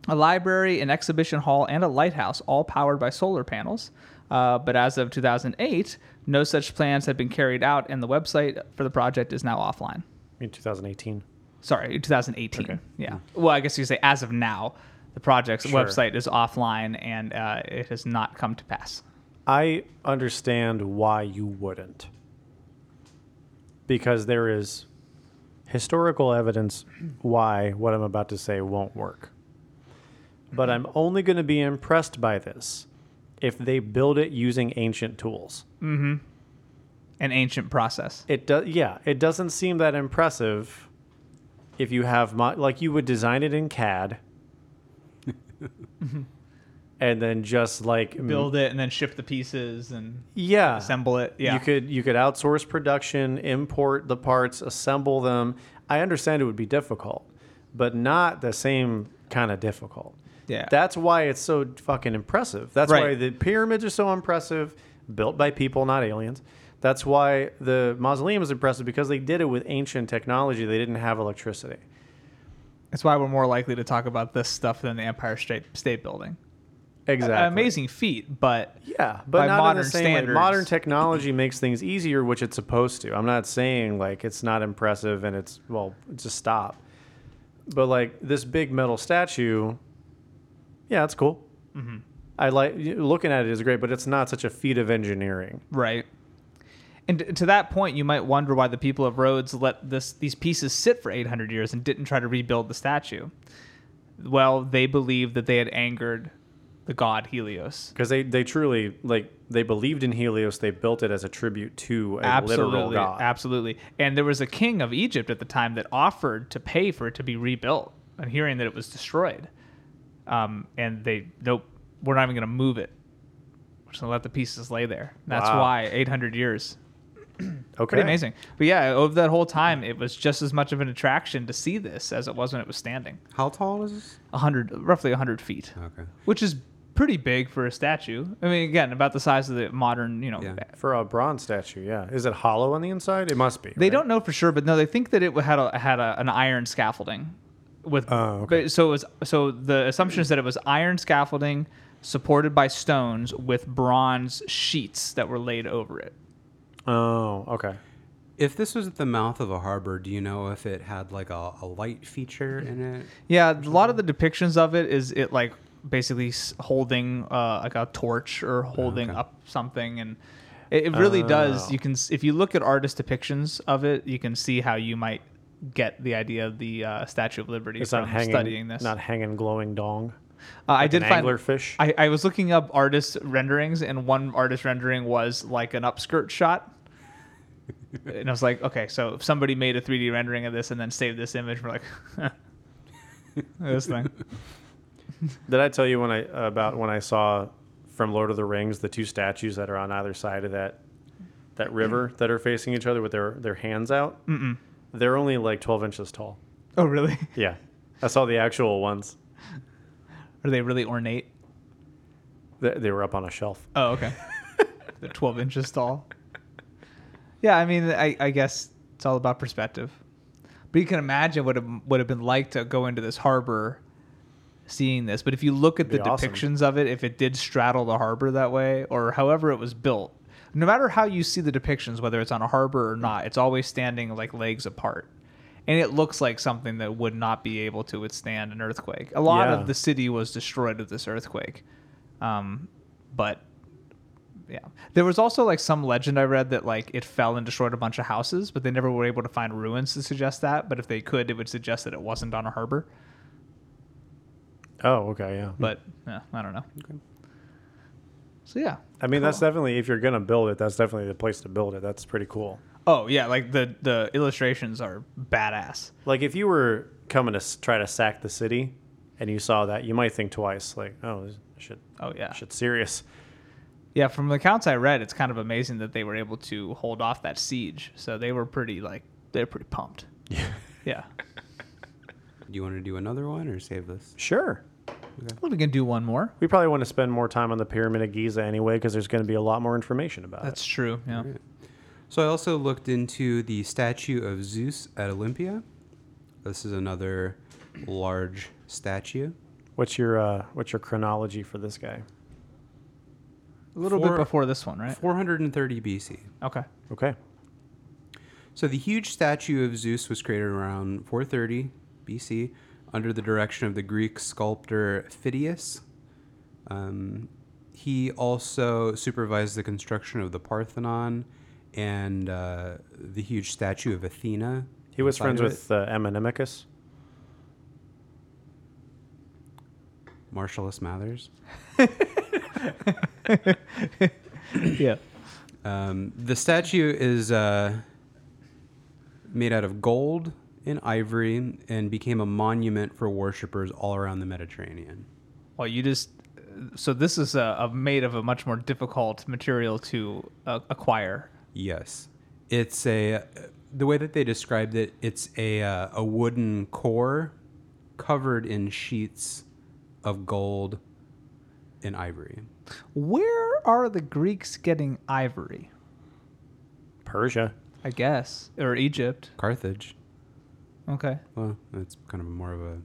Speaker 2: a library, an exhibition hall, and a lighthouse, all powered by solar panels. Uh, but as of 2008, no such plans had been carried out, and the website for the project is now offline
Speaker 1: In 2018.
Speaker 2: sorry 2018 yeah
Speaker 1: Hmm.
Speaker 2: well i guess you say as of now the project's website is offline and uh, it has not come to pass
Speaker 1: I understand why you wouldn't. Because there is historical evidence why what I'm about to say won't work. But I'm only going to be impressed by this if they build it using ancient tools.
Speaker 2: an ancient process
Speaker 1: It does, yeah. It doesn't seem that impressive if you have mo- like you would design it in CAD, and then just like m-
Speaker 2: build it and then ship the pieces and
Speaker 1: Hmm. yeah,
Speaker 2: assemble it yeah
Speaker 1: You could you could outsource production, import the parts, assemble them. I understand it would be difficult, but not the same kind of difficult.
Speaker 2: Yeah.
Speaker 1: That's why it's so fucking impressive. That's
Speaker 2: Right.
Speaker 1: why the pyramids are so impressive, built by people, not aliens. That's why the mausoleum is impressive because they did it with ancient technology. They didn't have electricity.
Speaker 2: that's why we're more likely to talk about this stuff than the empire state, state building
Speaker 1: Exactly.
Speaker 2: An amazing feat but
Speaker 1: Yeah, but not
Speaker 2: by
Speaker 1: modern
Speaker 2: modern
Speaker 1: the same way.
Speaker 2: standards.
Speaker 1: Modern technology makes things easier, which it's supposed to. I'm not saying like it's not impressive and it's well, just stop. But like this big metal statue, yeah, it's cool.
Speaker 2: Mm-hmm.
Speaker 1: I like looking at it is great, but it's not such a feat of engineering.
Speaker 2: Right. And t- to that point, you might wonder why the people of Rhodes let this these pieces sit for 800 years and didn't try to rebuild the statue. Well, they believed that they had angered the god Helios.
Speaker 1: Because they, they truly like they believed in Helios. They built it as a tribute to a literal
Speaker 2: Absolutely,
Speaker 1: god.
Speaker 2: absolutely. And there was a king of Egypt at the time that offered to pay for it to be rebuilt, and hearing that it was destroyed, um, and they nope, we're not even going to move it. We're just gonna let the pieces lay there. That's
Speaker 1: Wow.
Speaker 2: why 800 years.
Speaker 1: Okay.
Speaker 2: Pretty amazing. But yeah, over that whole time, it was just as much of an attraction to see this as it was when it was standing.
Speaker 3: How tall is this?
Speaker 2: 100, roughly 100 feet.
Speaker 3: Okay.
Speaker 2: Which is pretty big for a statue. I mean, again, about the size of the modern, you know.
Speaker 3: Yeah.
Speaker 1: For a bronze statue, yeah. Is it hollow on the inside? It must be.
Speaker 2: They
Speaker 1: right?
Speaker 2: don't know for sure, but no, they think that it had a, had a, an iron scaffolding. With
Speaker 1: Oh, okay.
Speaker 2: but, so it was, so the assumption is that it was iron scaffolding supported by stones with bronze sheets that were laid over it.
Speaker 1: Oh, okay.
Speaker 3: If this was at the mouth of a harbor, do you know if it had like a, a light feature in it?
Speaker 2: Yeah, a lot of the depictions of it is it like basically s- holding uh, like a torch or
Speaker 1: Oh,
Speaker 2: holding
Speaker 3: okay.
Speaker 2: up something, and it, it really does. You can s- if you look at artist depictions of it, you can see how you might get the idea of the uh, Statue of Liberty
Speaker 1: It's
Speaker 2: from
Speaker 1: not hanging.
Speaker 2: studying this.
Speaker 1: Not hanging glowing dong.
Speaker 2: Uh, I did
Speaker 1: an
Speaker 2: find
Speaker 1: anglerfish?
Speaker 2: I, I was looking up artist renderings, and one artist rendering was like an upskirt shot. and I was like, okay, so if somebody made a 3D rendering of this and then saved this image, we're like, this thing.
Speaker 1: Did I tell you when I about when I saw from Lord of the Rings the two statues that are on either side of that that river that are facing each other with their their hands out? Mm-mm. They're only like twelve inches tall.
Speaker 2: Oh, really?
Speaker 1: Yeah, I saw the actual ones.
Speaker 2: Are they really ornate?
Speaker 1: They, they were up on a shelf.
Speaker 2: Oh, okay. They're 12 inches tall. Yeah, I mean, I, I guess it's all about perspective. But you can imagine what it would have been like to go into this harbor seeing this. But if you look at the
Speaker 1: It'd be awesome.
Speaker 2: depictions of it, if it did straddle the harbor that way or however it was built, no matter how you see the depictions, whether it's on a harbor or not, it's always standing like legs apart. And it looks like something that would not be able to withstand an earthquake. A lot
Speaker 1: Yeah.
Speaker 2: of the city was destroyed with this earthquake. Um, but yeah. There was also like some legend I read that like it fell and destroyed a bunch of houses, but they never were able to find ruins to suggest that. But if they could, it would suggest that it wasn't on a harbor.
Speaker 1: Oh, okay, yeah.
Speaker 2: But yeah, I don't know. So yeah.
Speaker 1: I mean, that's definitely if you're gonna build it, that's definitely the place to build it. That's pretty cool.
Speaker 2: Oh yeah, like the the illustrations are badass.
Speaker 1: Like if you were coming to s- try to sack the city, and you saw that, you might think twice. Like, oh, this shit.
Speaker 2: Oh, yeah.
Speaker 1: shit's serious.
Speaker 2: Yeah, from the accounts I read, it's kind of amazing that they were able to hold off that siege. So they were pretty like they're pretty pumped. Yeah. Yeah.
Speaker 3: Do you want to do another one or save this?
Speaker 1: Sure.
Speaker 2: Well, we can do one more.
Speaker 1: We probably want to spend more time on the Pyramid of Giza anyway, because there's going to be a lot more information about
Speaker 2: That's true. Yeah.
Speaker 3: So I also looked into the statue of Zeus at Olympia. This is another large statue.
Speaker 1: it. What's your uh, what's your chronology for this guy?
Speaker 2: A little
Speaker 3: Four-
Speaker 2: bit before this one, right?
Speaker 3: 430 BC.
Speaker 2: Okay.
Speaker 1: Okay.
Speaker 3: So the huge statue of Zeus was created around 430 BC under the direction of the Greek sculptor Phidias. Um, he also supervised the construction of the Parthenon and uh, the huge statue of Athena.
Speaker 1: He was
Speaker 3: inside
Speaker 1: friends
Speaker 3: of it.
Speaker 1: with uh, Amenemhacus.
Speaker 3: Marshall S. Mathers.
Speaker 2: Yeah.
Speaker 3: Um, the statue is uh, made out of gold and ivory and became a monument for worshippers all around the Mediterranean.
Speaker 2: Well, you just so this is a, a made of a much more difficult material to uh, acquire.
Speaker 3: Yes, it's a the way that they described it. It's a uh, a wooden core covered in sheets of gold and ivory.
Speaker 2: Where are the Greeks getting ivory?
Speaker 1: Persia.
Speaker 2: I guess or Egypt.
Speaker 3: Carthage.
Speaker 2: Okay.
Speaker 3: Well, that's kind of more of a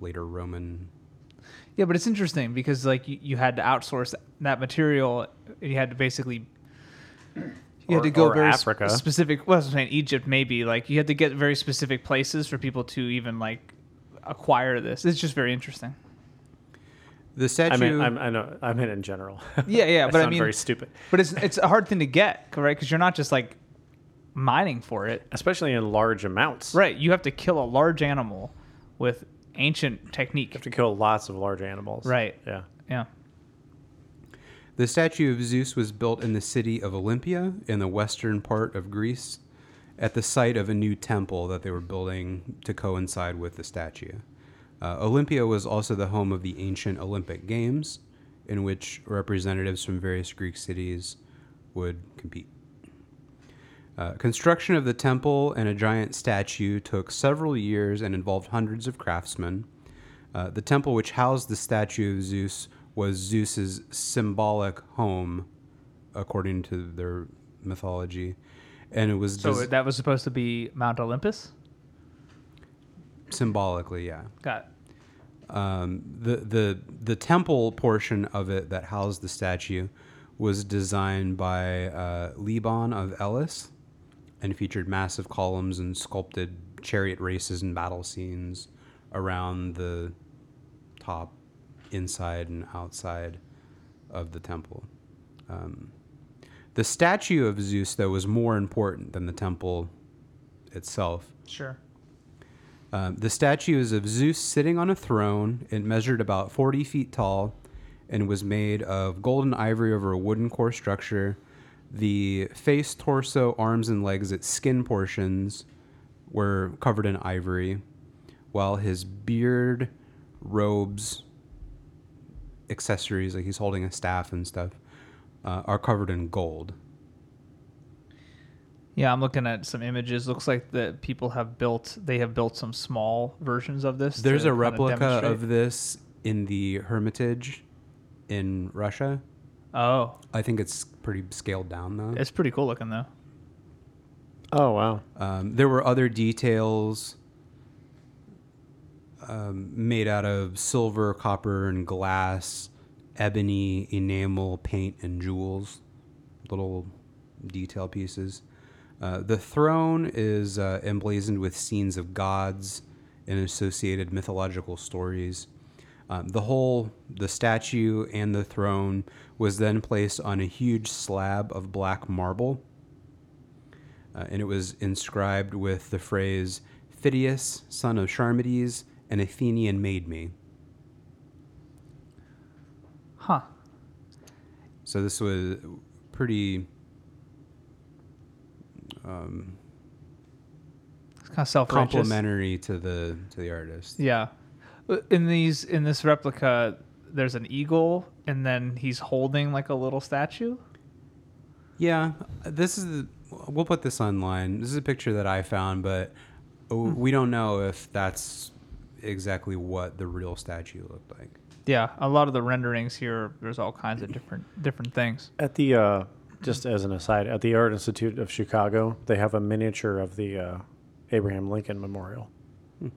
Speaker 3: later Roman.
Speaker 2: Yeah, but it's interesting because like you, you had to outsource that material. You had to basically you
Speaker 1: Or-
Speaker 2: had to go
Speaker 1: or
Speaker 2: very sp-
Speaker 1: Africa.
Speaker 2: specific. Well, I was saying Egypt maybe. Like you had to get very specific places for people to even like acquire this. It's just very interesting.
Speaker 3: The statue.
Speaker 1: I mean, I'm, I know. I meant in general.
Speaker 2: Yeah, yeah,
Speaker 1: I
Speaker 2: but I
Speaker 1: sound
Speaker 2: mean,
Speaker 1: very stupid,
Speaker 2: But it's it's a hard thing to get, correct? Because you're not just like mining for it,
Speaker 1: especially in large amounts.
Speaker 2: right? You have to kill a large animal with ancient
Speaker 1: You have
Speaker 2: technique,
Speaker 1: to kill lots of large animals.
Speaker 2: right?
Speaker 1: Yeah.
Speaker 2: yeah.
Speaker 3: The statue of Zeus was built in the city of Olympia in the western part of Greece at the site of a new temple that they were building to coincide with the statue. Uh, Olympia was also the home of the ancient Olympic Games. in which representatives from various Greek cities would compete. Uh, construction of the temple and a giant statue took several years and involved hundreds of craftsmen. Uh, the temple which housed the statue of Zeus was Zeus's symbolic home, according to their mythology, and it was
Speaker 2: So
Speaker 3: des-
Speaker 2: that was supposed to be Mount Olympus.
Speaker 3: symbolically, yeah.
Speaker 2: Got it.
Speaker 3: the the the temple portion of it that housed the statue was designed by uh, Liban of Elis and featured massive columns and sculpted chariot races and battle scenes around the top, inside and outside of the temple. Um, the statue of Zeus, though, was more important than the temple itself.
Speaker 2: Sure.
Speaker 3: Um, the statue is of Zeus sitting on a throne. It measured about 40 feet tall and was made of golden ivory over a wooden core structure. The face, torso, arms, and legs, its skin portions, were covered in ivory, while his beard, robes, accessories, like he's holding a staff and stuff, uh, are covered in gold.
Speaker 2: Yeah, I'm looking at some images. Looks like the people have built. They have built some small versions of this.
Speaker 3: There's
Speaker 2: to
Speaker 3: a
Speaker 2: kinda
Speaker 3: replica of
Speaker 2: demonstrate.
Speaker 3: this in the Hermitage in Russia.
Speaker 2: Oh,
Speaker 3: I think it's pretty scaled down though.
Speaker 2: it's pretty cool looking though.
Speaker 1: Oh wow.
Speaker 3: Um, there were other details um, made out of silver, copper, and glass, ebony, enamel, paint, and jewels. Little detail pieces. Uh, the throne is uh, emblazoned with scenes of gods and associated mythological stories. Um, the whole, the statue and the throne, was then placed on a huge slab of black marble uh, and it was inscribed with the phrase Phidias, son of Charmides, an Athenian made me.
Speaker 2: Huh.
Speaker 3: So this was pretty.
Speaker 2: It's kind of self-righteous.
Speaker 3: complimentary to the to the artist.
Speaker 2: Yeah. Uh, In these, in this replica, there's an eagle, and then he's holding like a little statue.
Speaker 3: Yeah, this is. The, we'll put this online. This is a picture that I found, but we don't know if that's exactly what the real statue looked like.
Speaker 2: Yeah, a lot of the renderings here. There's all kinds of different different things.
Speaker 1: At the uh, just as an aside, at the Art Institute of Chicago, they have a miniature of the uh, Abraham Lincoln Memorial.
Speaker 2: Hmm.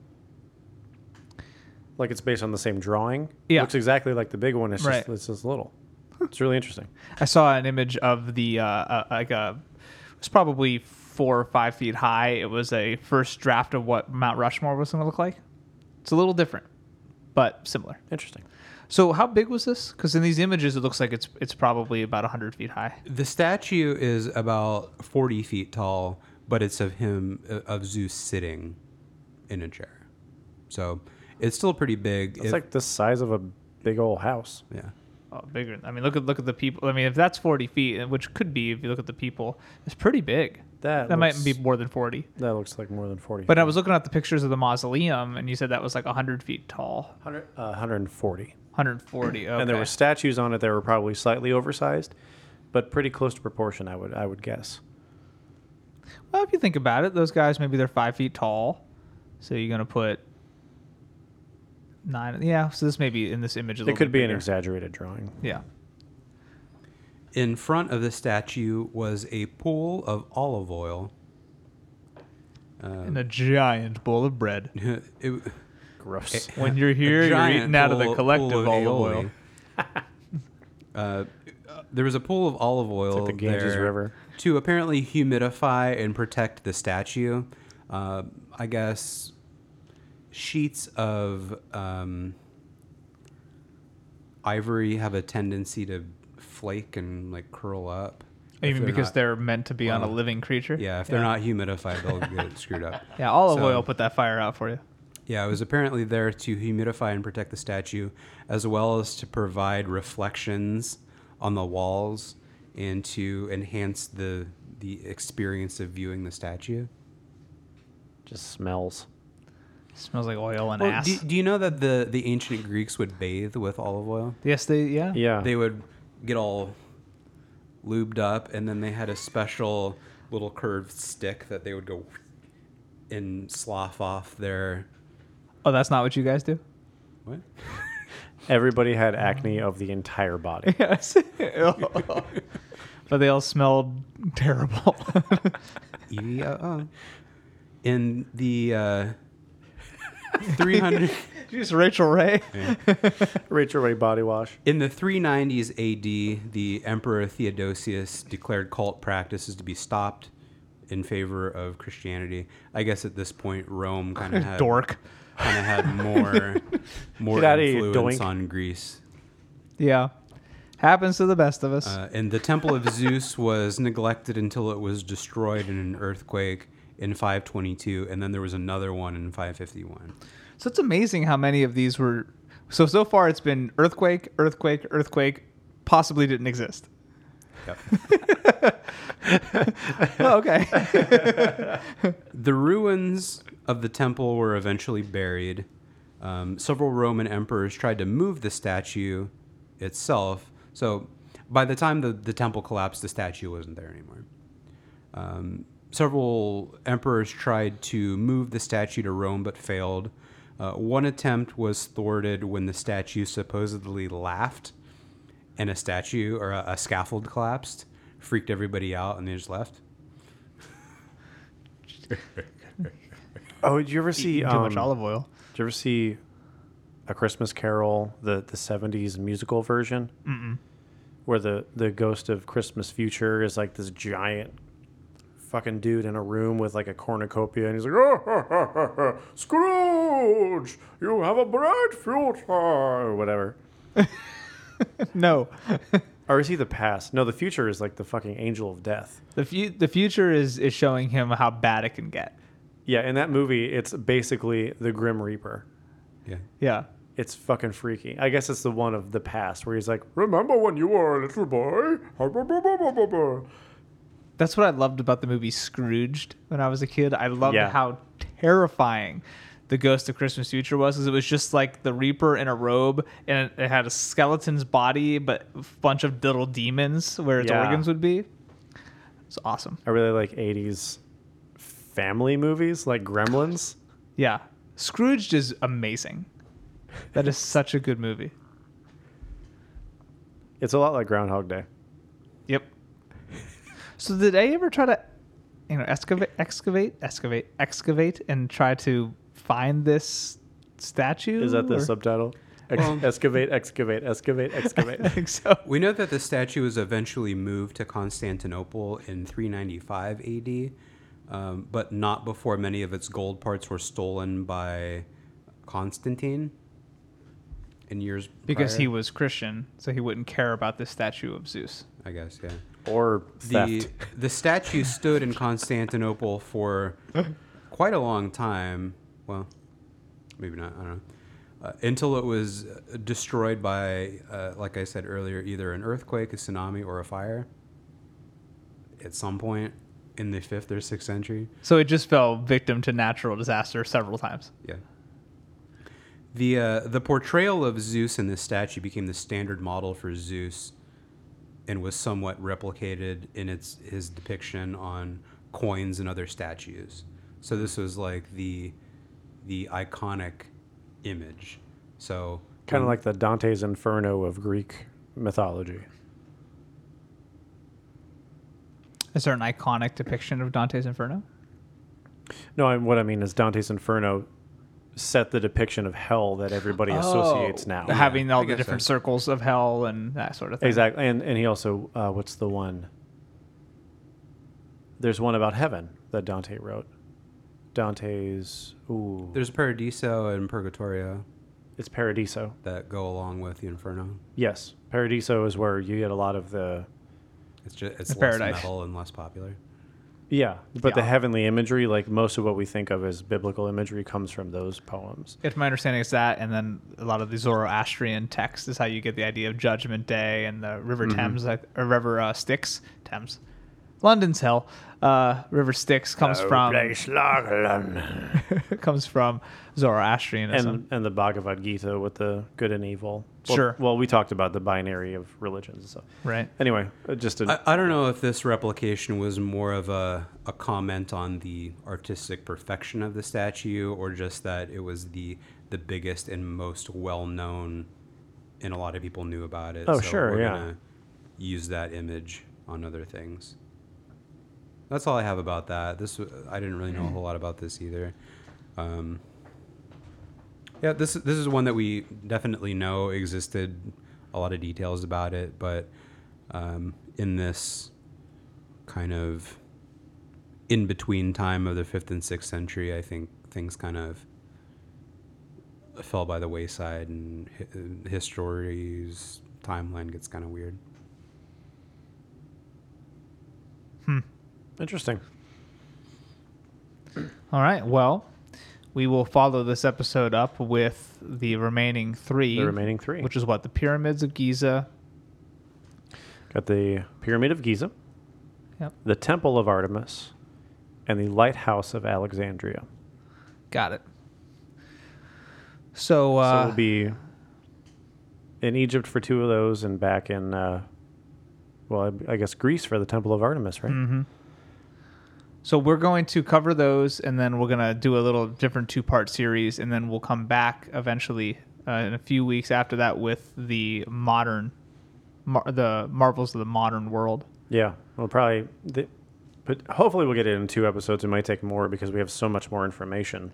Speaker 1: Like it's based on the same drawing.
Speaker 2: Yeah.
Speaker 1: looks exactly like the big one. It's
Speaker 2: Right.
Speaker 1: just it's just little. It's really interesting.
Speaker 2: I saw an image of the uh, uh, like a it was probably four or five feet high. It was a first draft of what Mount Rushmore was going to look like. It's a little different, but similar.
Speaker 1: Interesting.
Speaker 2: So how big was this? Because in these images, it looks like it's it's probably about hundred feet high.
Speaker 3: The statue is about forty feet tall, but it's of him uh, of Zeus sitting in a chair. So it's still pretty big.
Speaker 1: It's
Speaker 3: If-
Speaker 1: like the size of a big old house.
Speaker 3: yeah.
Speaker 2: Oh, bigger. I mean, look at look at the people. I mean, if that's forty feet, which could be if you look at the people, it's pretty big.
Speaker 1: That
Speaker 2: that might
Speaker 1: looks-
Speaker 2: be more than forty.
Speaker 1: That looks like more than forty.
Speaker 2: But I was looking at the pictures of the mausoleum, and you said that was like hundred feet tall,
Speaker 1: 100, uh, 140.
Speaker 2: 140. Okay.
Speaker 1: And there were statues on it that were probably slightly oversized, but pretty close to proportion. I would I would guess.
Speaker 2: Well, if you think about it, those guys maybe they're five feet tall, so you're gonna put nine. Yeah, so this may be in this image. A
Speaker 1: It
Speaker 2: little
Speaker 1: could
Speaker 2: bit
Speaker 1: be an
Speaker 2: bigger.
Speaker 1: exaggerated drawing.
Speaker 2: Yeah.
Speaker 3: In front of the statue was a pool of olive oil.
Speaker 2: and a giant bowl of bread.
Speaker 3: It-
Speaker 1: Gross.
Speaker 2: When you're here,
Speaker 3: a
Speaker 2: you're
Speaker 3: giant
Speaker 2: eating out of the
Speaker 3: pool- pool
Speaker 2: collective olive
Speaker 3: aioli.
Speaker 2: oil.
Speaker 3: uh, there was a pool of olive oil
Speaker 1: the Ganges
Speaker 3: there
Speaker 1: River.
Speaker 3: to apparently humidify and protect the statue. Uh, I guess sheets of um, ivory have a tendency to flake and like curl up. if
Speaker 2: Even because
Speaker 3: not-
Speaker 2: they're meant to be on a
Speaker 3: Well,
Speaker 2: living creature.
Speaker 3: yeah, if they're not humidified, they'll get screwed up.
Speaker 2: Yeah, olive
Speaker 3: So-
Speaker 2: oil put that fire out for you.
Speaker 3: Yeah, it was apparently there to humidify and protect the statue, as well as to provide reflections on the walls and to enhance the the experience of viewing the statue.
Speaker 1: Just smells.
Speaker 2: smells like oil and
Speaker 3: Well,
Speaker 2: ass.
Speaker 3: do, do you know that the, the ancient Greeks would bathe with olive oil?
Speaker 2: yes, they. Yeah.
Speaker 1: Yeah.
Speaker 3: They would get all lubed up, and then they had a special little curved stick that they would go and slough off their.
Speaker 2: Oh, that's not what you guys do.
Speaker 3: What?
Speaker 1: Everybody had acne of the entire body.
Speaker 2: Yes. but they all smelled terrible.
Speaker 3: E-O-O. In the uh, 300.
Speaker 2: Just Rachel Ray.
Speaker 1: Rachel Ray body wash.
Speaker 3: In the 390s AD, the Emperor Theodosius declared cult practices to be stopped in favor of Christianity. I guess at this point, Rome kind of had
Speaker 2: Dork.
Speaker 3: kind of had more more
Speaker 1: Get outta here,
Speaker 3: influence
Speaker 1: doink.
Speaker 3: on Greece.
Speaker 2: Yeah. Happens to the best of us.
Speaker 3: Uh, and the Temple of Zeus was neglected until it was destroyed in an earthquake in 522, and then there was another one in 551.
Speaker 2: so it's amazing how many of these were. So so far it's been earthquake, earthquake, earthquake. Possibly didn't exist.
Speaker 3: Yep.
Speaker 2: Oh, okay.
Speaker 3: The ruins of the temple were eventually buried. Um, several Roman emperors tried to move the statue itself. So by the time the, the temple collapsed, the statue wasn't there anymore. Um, several emperors tried to move the statue to Rome but failed. Uh, one attempt was thwarted when the statue supposedly laughed and a statue or a, a scaffold collapsed, freaked everybody out, and they just left.
Speaker 1: Oh, did you ever see
Speaker 2: Too
Speaker 1: um,
Speaker 2: much olive oil.
Speaker 1: Did you ever see a Christmas Carol, the the seventies musical version, Mm-mm. where the the ghost of Christmas future is like this giant fucking dude in a room with like a cornucopia, and he's like, oh, Scrooge, you have a bright future, or whatever.
Speaker 2: No.
Speaker 1: Or is he the past? No, the future is like the fucking angel of death.
Speaker 2: The fu- the future is is showing him how bad it can get.
Speaker 1: Yeah, in that movie, it's basically the Grim Reaper.
Speaker 3: Yeah.
Speaker 2: Yeah.
Speaker 1: It's fucking freaky. I guess it's the one of the past where he's like, "Remember when you were a little boy?"
Speaker 2: That's what I loved about the movie Scrooged when I was a kid. I loved
Speaker 1: Yeah.
Speaker 2: how terrifying the Ghost of Christmas Future was because it was just like the Reaper in a robe and it, it had a skeleton's body, but a bunch of little demons where its
Speaker 1: Yeah.
Speaker 2: organs would be. It's awesome.
Speaker 1: I really like '80s family movies like Gremlins.
Speaker 2: Yeah. Scrooged is amazing. That is such a good movie.
Speaker 1: It's a lot like Groundhog Day.
Speaker 2: Yep. So did I ever try to, you know, excavate, excavate, excavate, excavate, and try to find this statue?
Speaker 1: Is that the
Speaker 2: or-
Speaker 1: subtitle? Ex- excavate, excavate, excavate, excavate.
Speaker 2: I think so.
Speaker 3: We know that the statue was eventually moved to Constantinople in 395 AD, um, but not before many of its gold parts were stolen by Constantine in years
Speaker 2: Because
Speaker 3: prior,
Speaker 2: he was Christian, so he wouldn't care about this statue of Zeus.
Speaker 3: I guess, yeah.
Speaker 1: or theft.
Speaker 3: The the statue stood in Constantinople for quite a long time. Well, maybe not. I don't know. Uh, until it was uh, destroyed by, uh, like I said earlier, either an earthquake, a tsunami, or a fire. At some point in the fifth or sixth century.
Speaker 2: So it just fell victim to natural disaster several times.
Speaker 3: Yeah. The uh, the portrayal of Zeus in this statue became the standard model for Zeus, and was somewhat replicated in its his depiction on coins and other statues. So this was like the the iconic image. So
Speaker 1: kind of like the Dante's Inferno of Greek mythology.
Speaker 2: Is there an iconic depiction of Dante's Inferno?
Speaker 1: No, I, what I mean is Dante's Inferno set the depiction of hell that everybody associates now.
Speaker 2: Having all
Speaker 3: Oh, I
Speaker 2: the
Speaker 3: guess
Speaker 2: different
Speaker 3: so.
Speaker 2: circles of hell and that sort of thing.
Speaker 1: Exactly, and and he also uh, what's the one? There's one about heaven that Dante wrote. Dante's ooh,
Speaker 3: there's Paradiso and Purgatorio
Speaker 1: it's Paradiso.
Speaker 3: that go along with the Inferno.
Speaker 1: Yes, Paradiso is where you get a lot of the
Speaker 3: It's just it's,
Speaker 2: It's
Speaker 3: less
Speaker 2: paradise.
Speaker 3: metal and less popular.
Speaker 1: yeah, but the
Speaker 2: Yeah.
Speaker 1: heavenly imagery, like most of what we think of as biblical imagery, comes from those poems.
Speaker 2: If my understanding is that, and then a lot of the Zoroastrian text
Speaker 3: Mm-hmm.
Speaker 2: is how you get the idea of Judgment Day and the River Thames, like- or River uh, Styx, Thames, London's hell. Uh, River Styx comes
Speaker 3: Oh,
Speaker 2: from comes from Zoroastrianism.
Speaker 1: and and the Bhagavad Gita with the good and evil. Well,
Speaker 2: Sure.
Speaker 1: Well, we talked about the binary of religions and stuff.
Speaker 2: Right.
Speaker 1: Anyway, uh, just a,
Speaker 3: I, I don't know if this replication was more of a, a comment on the artistic perfection of the statue or just that it was the the biggest and most well known and a lot of people knew about it.
Speaker 1: Oh, sure, yeah.
Speaker 3: use that image on other things. That's all I have about that. This w- I didn't really know a whole lot about this either. Um, yeah, this this is one that we definitely know existed. A lot of details about it, but um, in this kind of in between time of the fifth and sixth century, I think things kind of fell by the wayside, and hi- history's timeline gets kind of weird.
Speaker 1: interesting.
Speaker 2: All right. Well, we will follow this episode up with the remaining three.
Speaker 1: The remaining three.
Speaker 2: which is what the pyramids of Giza.
Speaker 1: Got the Pyramid of Giza,
Speaker 2: Yep.
Speaker 1: the Temple of Artemis, and the Lighthouse of Alexandria.
Speaker 2: Got it. So,
Speaker 1: So
Speaker 2: uh,
Speaker 1: we'll be in Egypt for two of those, and back in, uh, well, I, I guess Greece for the Temple of Artemis, right?
Speaker 2: Mm-hmm. so we're going to cover those, and then we're gonna do a little different two-part series, and then we'll come back eventually uh, in a few weeks after that with the modern, mar- the marvels of the modern world.
Speaker 1: Yeah, we'll probably, th- but hopefully we'll get it in two episodes. It might take more because we have so much more information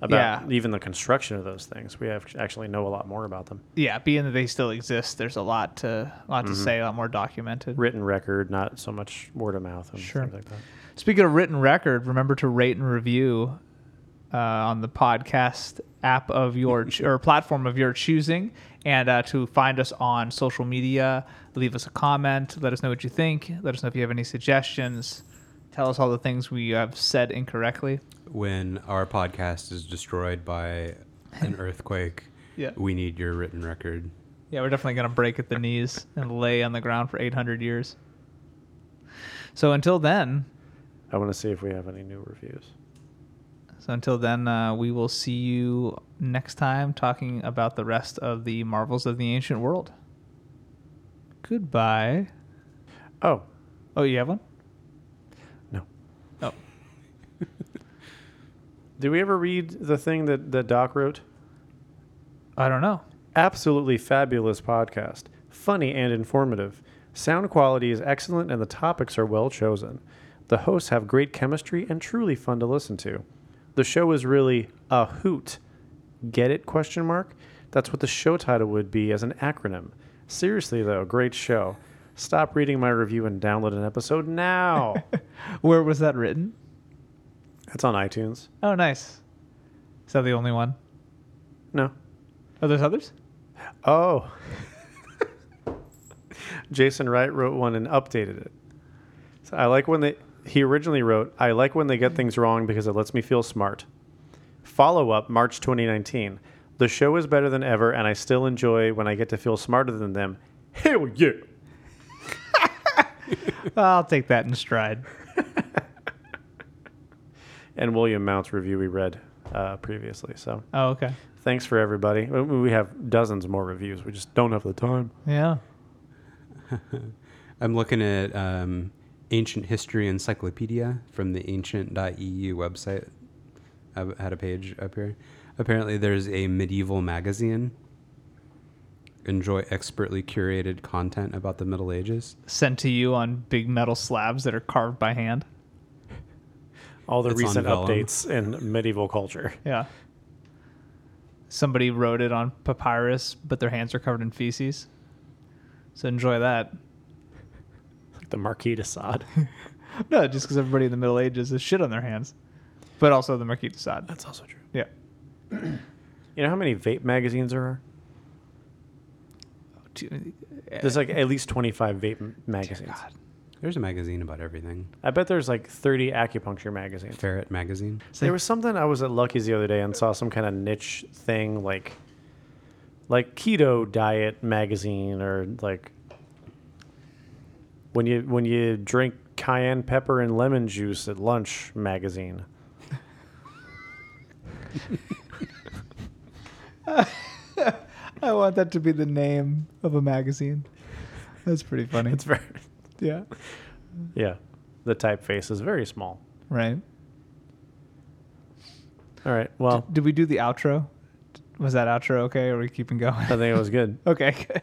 Speaker 1: about
Speaker 2: Yeah.
Speaker 1: even the construction of those things. We have actually know a lot more about them.
Speaker 2: Yeah, being that they still exist, there's a lot to a lot to
Speaker 1: Mm-hmm.
Speaker 2: say, a lot more documented.
Speaker 1: Written record, not so much word of mouth and
Speaker 2: Sure.
Speaker 1: things like that.
Speaker 2: Speaking of written record, remember to rate and review uh, on the podcast app of your ch- or platform of your choosing, and uh, to find us on social media. Leave us a comment. Let us know what you think. Let us know if you have any suggestions. Tell us all the things we have said incorrectly.
Speaker 3: When our podcast is destroyed by an earthquake,
Speaker 2: Yeah.
Speaker 3: we need your written record.
Speaker 2: Yeah, we're definitely gonna break at the knees and lay on the ground for 800 years. So until then,
Speaker 1: I want to see if we have any new reviews.
Speaker 2: So until then, uh, we will see you next time talking about the rest of the marvels of the ancient world. Goodbye.
Speaker 1: Oh,
Speaker 2: Oh, you have one?
Speaker 1: no.
Speaker 2: Oh.
Speaker 1: Did we ever read the thing that, that Doc wrote?
Speaker 2: I don't know.
Speaker 1: Absolutely fabulous podcast. Funny and informative. Sound quality is excellent and the topics are well chosen. The hosts have great chemistry and truly fun to listen to. The show is really a hoot. Get it question mark? That's what the show title would be as an acronym. Seriously though, great show. Stop reading my review and download an episode now.
Speaker 2: Where was that written?
Speaker 1: That's on iTunes.
Speaker 2: Oh, nice. Is that the only one?
Speaker 1: No.
Speaker 2: Oh, there's others?
Speaker 1: Oh. Jason Wright wrote one and updated it. So I like when they he originally wrote, I like when they get things wrong because it lets me feel smart. Follow up March 2019. The show is better than ever and I still enjoy when I get to feel smarter than them. Hell yeah.
Speaker 2: I'll take that in stride.
Speaker 1: And William Mount's review we read uh, previously. So
Speaker 2: Oh, okay.
Speaker 1: thanks for everybody. We- We have dozens more reviews. We just don't have the time.
Speaker 2: Yeah.
Speaker 3: I'm looking at um, Ancient History Encyclopedia from the ancient.eu website. I had a page up here. Apparently, there's a medieval magazine. Enjoy expertly curated content about the Middle Ages.
Speaker 2: Sent to you on big metal slabs that are carved by hand.
Speaker 1: All the
Speaker 3: It's on
Speaker 1: recent
Speaker 3: vellum.
Speaker 1: updates in medieval culture.
Speaker 2: Yeah. Somebody wrote it on papyrus, but their hands are covered in feces. So enjoy that.
Speaker 1: The Marquis de Sade.
Speaker 2: No, just because everybody in the Middle Ages has shit on their hands. But also the Marquis de Sade.
Speaker 1: That's also true.
Speaker 2: Yeah.
Speaker 1: You know how many vape magazines there are?
Speaker 2: Two-
Speaker 1: There's like at least 25 vape m- magazines.
Speaker 3: There's a magazine about everything.
Speaker 1: I bet there's like 30 acupuncture magazines.
Speaker 3: Ferret magazine.
Speaker 1: There was something I was at Lucky's the other day and saw some kind of niche thing like like keto diet magazine or like when you when you drink cayenne pepper and lemon juice at lunch magazine.
Speaker 2: I want that to be the name of a magazine. That's pretty funny.
Speaker 1: It's very,
Speaker 2: yeah.
Speaker 1: yeah. The typeface is very small.
Speaker 2: Right.
Speaker 1: All right. Well,
Speaker 2: Did we do the outro? Was that outro okay? Are we keeping going?
Speaker 1: I think it was good.
Speaker 2: okay, good.